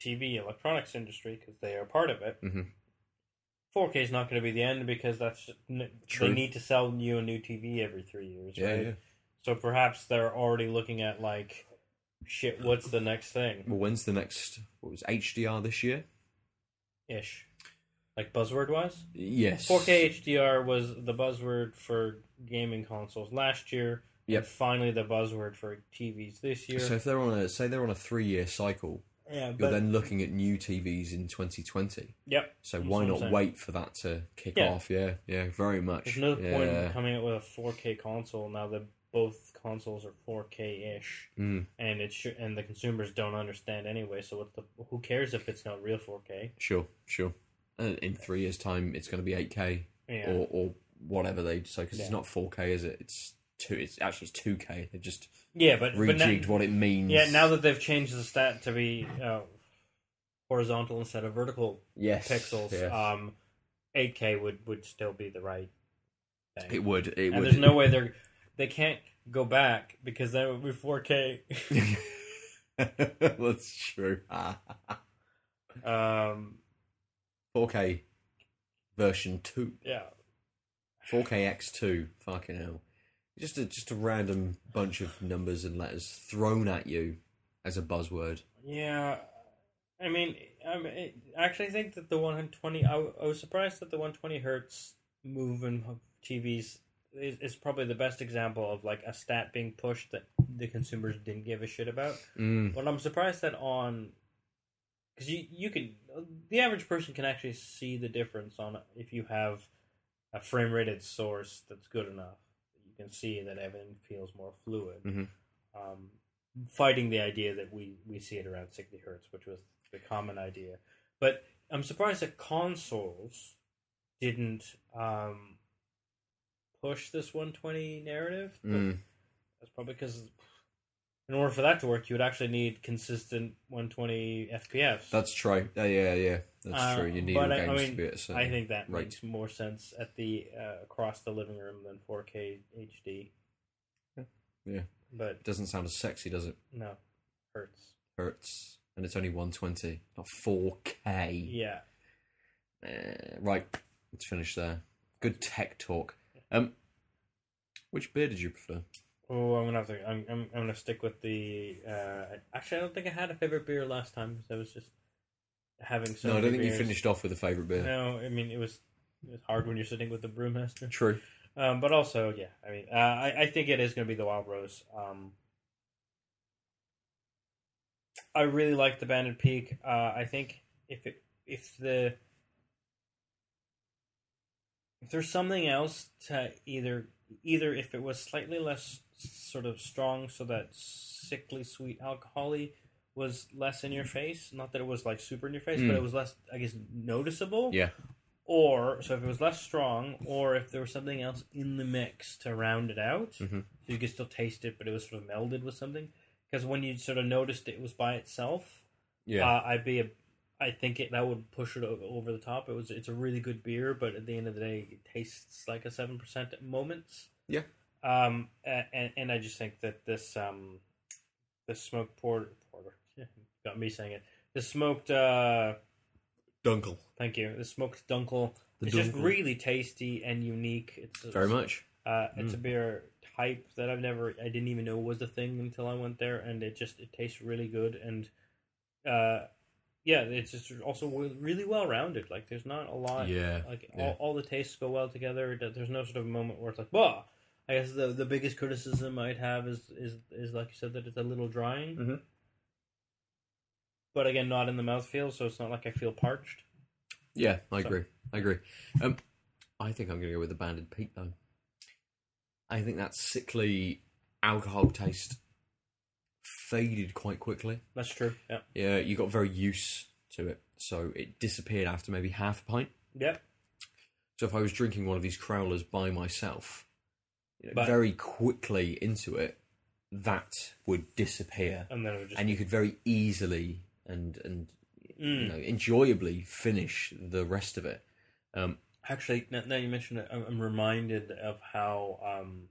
Speaker 2: TV electronics industry because they are part of it.
Speaker 1: Mhm.
Speaker 2: 4K is not going to be the end because that's n- they
Speaker 1: True.
Speaker 2: need to sell you a new TV every three years,
Speaker 1: yeah,
Speaker 2: right?
Speaker 1: yeah.
Speaker 2: So perhaps they're already looking at like, shit, what's the next thing?
Speaker 1: Well, when's the next? What was HDR this year?
Speaker 2: ish. Like buzzword wise?
Speaker 1: Yes,
Speaker 2: 4K HDR was the buzzword for gaming consoles last year. and
Speaker 1: Yep.
Speaker 2: Finally, the buzzword for TVs this year.
Speaker 1: So if they're on a say they're on a three year cycle,
Speaker 2: yeah,
Speaker 1: you're
Speaker 2: but
Speaker 1: then looking at new TVs in 2020.
Speaker 2: yep.
Speaker 1: So
Speaker 2: That's
Speaker 1: why
Speaker 2: what I'm
Speaker 1: not
Speaker 2: saying.
Speaker 1: wait for that to kick
Speaker 2: Yeah.
Speaker 1: off? Yeah, yeah, very much.
Speaker 2: There's no point in
Speaker 1: Yeah.
Speaker 2: coming out with a 4K console now that both consoles are 4K ish,
Speaker 1: Mm,
Speaker 2: and it should and the consumers don't understand anyway. So what's the who cares if it's not real 4K?
Speaker 1: sure, sure. And in three years' time, it's going to be 8K.
Speaker 2: Yeah.
Speaker 1: or, or whatever they say because
Speaker 2: Yeah.
Speaker 1: it's not 4K, is it? It's two. It's actually it's 2K. They just
Speaker 2: yeah, but but now-
Speaker 1: rejigged what it means.
Speaker 2: yeah, now that they've changed the stat to be uh, horizontal instead of vertical
Speaker 1: yes,
Speaker 2: pixels,
Speaker 1: yeah.
Speaker 2: um, 8K would, would still be the right thing.
Speaker 1: it would. It
Speaker 2: and
Speaker 1: would.
Speaker 2: there's no *laughs* way they're they can't go back because that would be 4K.
Speaker 1: *laughs* That's true.
Speaker 2: *laughs*
Speaker 1: Ah,
Speaker 2: um,
Speaker 1: 4K version two,
Speaker 2: yeah,
Speaker 1: 4KX2. Fucking hell! Just a just a random bunch of numbers and letters thrown at you as a buzzword.
Speaker 2: yeah. I mean, um, I, mean, it- I actually think that the 120. I, w- I was surprised that the 120 hertz move in TVs is, is probably the best example of like a stat being pushed that the consumers didn't give a shit about.
Speaker 1: Mm.
Speaker 2: But I'm surprised that on because you you can the average person can actually see the difference on if you have a frame rated source that's good enough. You can see that everything feels more fluid.
Speaker 1: Mhm.
Speaker 2: Um, fighting the idea that we we see it around 60 hertz, which was the common idea. But I'm surprised that consoles didn't um, push this 120 narrative. but
Speaker 1: Mm.
Speaker 2: that's probably because in order for that to work, you would actually need consistent 120 FPS.
Speaker 1: That's true. Yeah, yeah, yeah. That's
Speaker 2: Uh,
Speaker 1: true. You need your
Speaker 2: but I- I
Speaker 1: games
Speaker 2: mean,
Speaker 1: to be at a certain
Speaker 2: I think that
Speaker 1: right.
Speaker 2: makes more sense at the uh, across the living room than 4K HD.
Speaker 1: Yeah.
Speaker 2: But
Speaker 1: It doesn't sound as sexy, does it?
Speaker 2: no, hurts.
Speaker 1: hertz, and it's only 120, not 4K.
Speaker 2: Yeah,
Speaker 1: Eh, Uh, right, Let's finish there. Good tech talk. Um, which beer did you prefer?
Speaker 2: Oh, I'm gonna have to. I'm, I'm, I'm gonna stick with the. Uh, actually, I don't think I had a favorite beer last time because I was just having so.
Speaker 1: no, I
Speaker 2: many
Speaker 1: don't think
Speaker 2: beers. Uh,
Speaker 1: you finished off with a favorite beer.
Speaker 2: No, I mean it was it was hard when you're sitting with the brewmaster.
Speaker 1: True.
Speaker 2: Um, but also, yeah, I mean, uh, I, I think it is going to be the Wild Rose. Um, I really like the Banded Peak. Uh, I think if it, if the if there's something else to either either if it was slightly less sort of strong, so that sickly sweet alcoholy was less in your face. Not that it was like super in your face, but
Speaker 1: Mm.
Speaker 2: it was less, I guess, noticeable
Speaker 1: Yeah.
Speaker 2: or so if it was less strong, or if there was something else in the mix to round it out,
Speaker 1: Mhm.
Speaker 2: so you could still taste it, but it was sort of melded with something. Because when you sort of noticed it was by itself,
Speaker 1: Yeah.
Speaker 2: uh, I'd be a, I think it that would push it o- over the top. It was it's a really good beer, but at the end of the day, it tastes like a seven percent at moments.
Speaker 1: Yeah.
Speaker 2: Um, a- and and I just think that this um, the smoked porter porter got me saying it. The smoked uh,
Speaker 1: Dunkel.
Speaker 2: thank you. The smoked dunkel
Speaker 1: The
Speaker 2: it's just
Speaker 1: Dunkel.
Speaker 2: really tasty and unique. It's
Speaker 1: Very much. Mm.
Speaker 2: Uh, it's a beer type that I've never, I didn't even know was a thing until I went there, and it just it tastes really good and, uh, yeah, it's just also w- really well rounded. Like there's not a lot.
Speaker 1: Yeah,
Speaker 2: Like
Speaker 1: yeah.
Speaker 2: All, all the tastes go well together. There- There's no sort of moment where it's like, bah. I guess the the biggest criticism I'd have is is is like you said that it's a little drying.
Speaker 1: Mhm.
Speaker 2: But again, not in the mouthfeel, so it's not like I feel parched.
Speaker 1: Yeah, I
Speaker 2: So-
Speaker 1: agree. I agree. Um, I think I'm going to go with the Banded Peak though. I think that sickly alcohol taste faded quite quickly.
Speaker 2: That's true. Yeah.
Speaker 1: Yeah, you got very used to it, so it disappeared after maybe half a pint.
Speaker 2: Yep.
Speaker 1: So if I was drinking one of these crowlers by myself, you know,
Speaker 2: But-
Speaker 1: very quickly into it, that would disappear,
Speaker 2: and then it would just
Speaker 1: and you could very easily and and you
Speaker 2: Mm.
Speaker 1: know enjoyably finish the rest of it. Um,
Speaker 2: actually now, now you mentioned it I'm, I'm reminded of how um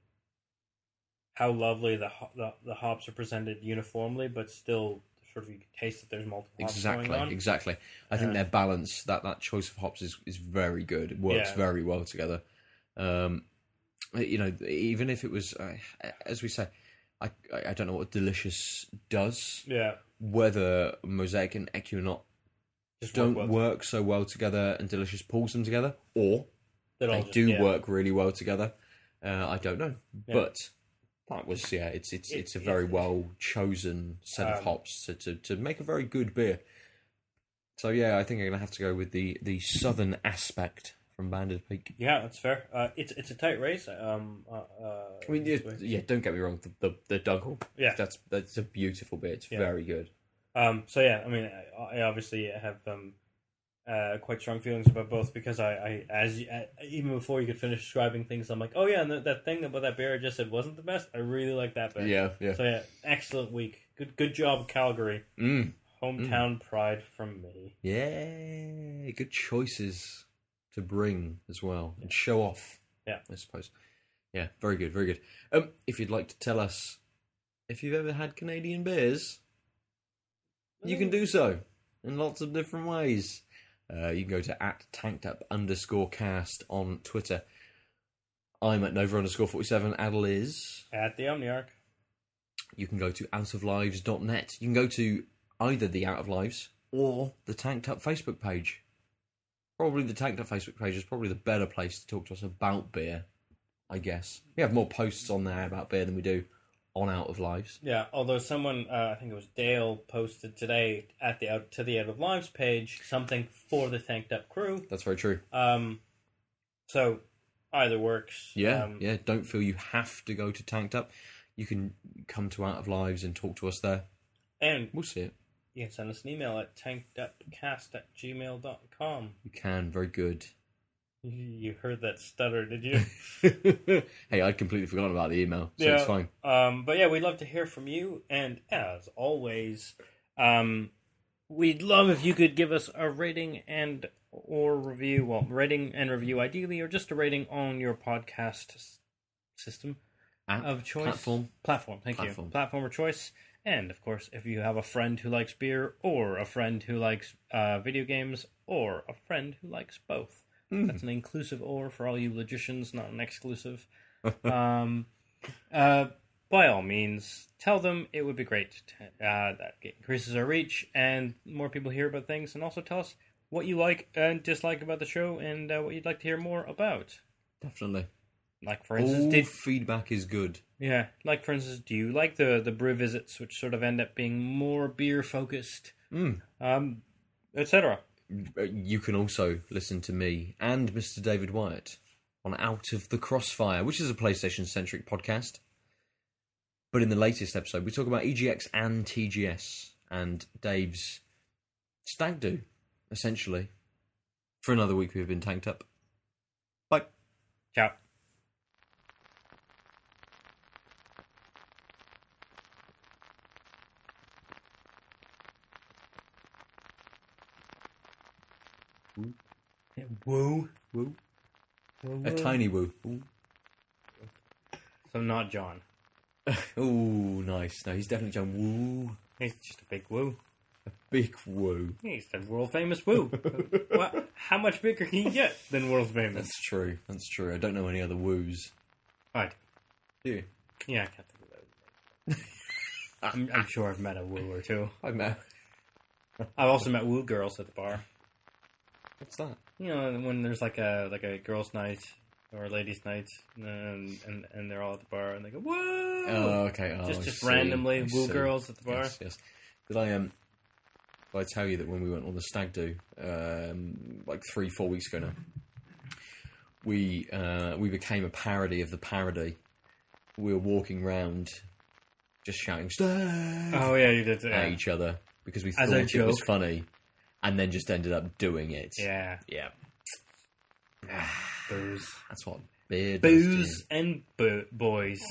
Speaker 2: how lovely the, ho- the the hops are presented uniformly but still sort of you can taste that there's multiple hops
Speaker 1: Exactly,
Speaker 2: going on
Speaker 1: exactly. I think
Speaker 2: Uh,
Speaker 1: their balance, that that choice of hops is is very good. It works
Speaker 2: Yeah.
Speaker 1: very well together. Um, you know, even if it was, uh, as we say, I I I don't know what delicious does.
Speaker 2: yeah
Speaker 1: Whether mosaic and equinot
Speaker 2: just
Speaker 1: don't
Speaker 2: well.
Speaker 1: work, so well together, and delicious pulls them together, or
Speaker 2: That all
Speaker 1: they
Speaker 2: just-
Speaker 1: do
Speaker 2: yeah.
Speaker 1: work really well together. Uh, I don't know,
Speaker 2: Yeah.
Speaker 1: but. That was yeah. It's it's
Speaker 2: It-
Speaker 1: it's a
Speaker 2: it-
Speaker 1: very well chosen set
Speaker 2: Um,
Speaker 1: of hops to, to to make a very good beer. So yeah, I think I'm gonna have to go with the the southern aspect from Banded Peak.
Speaker 2: yeah that's fair uh it's it's a tight race um uh, uh
Speaker 1: I mean, yeah, yeah, don't get me wrong, the the, the Dunkel,
Speaker 2: Yeah.
Speaker 1: that's that's a beautiful beer. It's
Speaker 2: Yeah.
Speaker 1: very good.
Speaker 2: Um, so yeah, I mean, I, I obviously have um, uh, quite strong feelings about both because I, I as you, uh, even before you could finish describing things, I'm like, oh yeah, and that, that thing about that beer I just said wasn't the best. I really like that beer.
Speaker 1: Yeah, yeah.
Speaker 2: So yeah, excellent week. Good, good job, Calgary.
Speaker 1: Mm.
Speaker 2: Hometown pride from me.
Speaker 1: Yeah, good choices to bring as well and show off.
Speaker 2: Yeah.
Speaker 1: I suppose. Yeah, very good, very good. Um, if you'd like to tell us if you've ever had Canadian beers, you can do so in lots of different ways. Uh, you can go to at tanked up underscore cast on Twitter. I'm at Nova underscore 47. Adel is.
Speaker 2: at the Omniarch.
Speaker 1: You can go to outoflives.net. You can go to either the Out of Lives or the Tanked Up Facebook page. Probably the Tanked Up Facebook page is probably the better place to talk to us about beer, I guess. We have more posts on there about beer than we do on Out of Lives.
Speaker 2: Yeah, although someone, uh, I think it was Dale, posted today at the out to the Out of Lives page something for the tanked up crew.
Speaker 1: That's very true.
Speaker 2: Um, so either works.
Speaker 1: Yeah,
Speaker 2: Um,
Speaker 1: yeah. Don't feel you have to go to Tanked Up. You can come to Out of Lives and talk to us there.
Speaker 2: And
Speaker 1: We'll see it.
Speaker 2: you can send us an email at tankedupcast at gmail.com.
Speaker 1: You can. Very good. *laughs*
Speaker 2: You heard that stutter, did you?
Speaker 1: hey, I'd completely forgotten about the email, so it's fine.
Speaker 2: Um, but yeah, we'd love to hear from you. And as always, um, we'd love if you could give us a rating and or review. Well, rating and review ideally, or just a rating on your podcast s- system.
Speaker 1: App,
Speaker 2: of choice
Speaker 1: platform.
Speaker 2: platform thank
Speaker 1: Platform.
Speaker 2: you platform of choice and of course if you have a friend who likes beer or a friend who likes uh, video games or a friend who likes both
Speaker 1: Hmm.
Speaker 2: That's an inclusive or for all you logicians, not
Speaker 1: *laughs*
Speaker 2: an exclusive. um, uh, by all means, tell them it would be great. To, uh, that increases our reach and more people hear about things, and also tell us what you like and dislike about the show and uh, what you'd like to hear more about.
Speaker 1: Definitely.
Speaker 2: Like for instance,
Speaker 1: All
Speaker 2: did
Speaker 1: feedback is good.
Speaker 2: yeah, like for instance, do you like the the brew visits, which sort of end up being more beer focused,
Speaker 1: Mm.
Speaker 2: um, etc.
Speaker 1: Uh, You can also listen to me and Mr. David Wyatt on Out of the Crossfire, which is a PlayStation centric podcast. But in the latest episode, we talk about EGX and TGS and Dave's stag do, essentially. For another week, we've been tanked up. Bye.
Speaker 2: Ciao. Yeah, Woo.
Speaker 1: Woo.
Speaker 2: Woo,
Speaker 1: A
Speaker 2: woo.
Speaker 1: tiny woo. Ooh.
Speaker 2: So not John.
Speaker 1: Ooh, nice. No, he's definitely done woo.
Speaker 2: He's just a big woo.
Speaker 1: Big woo.
Speaker 2: He's the world
Speaker 1: *laughs*
Speaker 2: famous woo. what? How much bigger can you get than world famous?
Speaker 1: That's true. That's true. I don't know any other woos.
Speaker 2: Right.
Speaker 1: Do you?
Speaker 2: Yeah, I can't think of that. *laughs* I'm, I'm sure I've met a woo or two.
Speaker 1: I know.
Speaker 2: I've also met woo girls at the bar.
Speaker 1: *laughs* What's that?
Speaker 2: You know, when there's like a like a girls' night or a ladies' night, and and, and they're all at the bar and they go woo,
Speaker 1: Oh, okay. Oh,
Speaker 2: just
Speaker 1: I
Speaker 2: just
Speaker 1: see.
Speaker 2: randomly
Speaker 1: I see.
Speaker 2: woo girls at the bar.
Speaker 1: Yes, yes. Did I um? Did I tell you that when we went on the stag do, um, like three, four weeks ago now, we uh, we became a parody of the parody. We were walking round, just shouting stag
Speaker 2: Oh yeah, you did.
Speaker 1: at
Speaker 2: Yeah,
Speaker 1: each other because we
Speaker 2: As
Speaker 1: thought
Speaker 2: a
Speaker 1: it was
Speaker 2: joke.
Speaker 1: funny, and then just ended up doing it.
Speaker 2: yeah.
Speaker 1: yeah.
Speaker 2: booze,
Speaker 1: That's what beer does to you.
Speaker 2: booze, and bo- boys.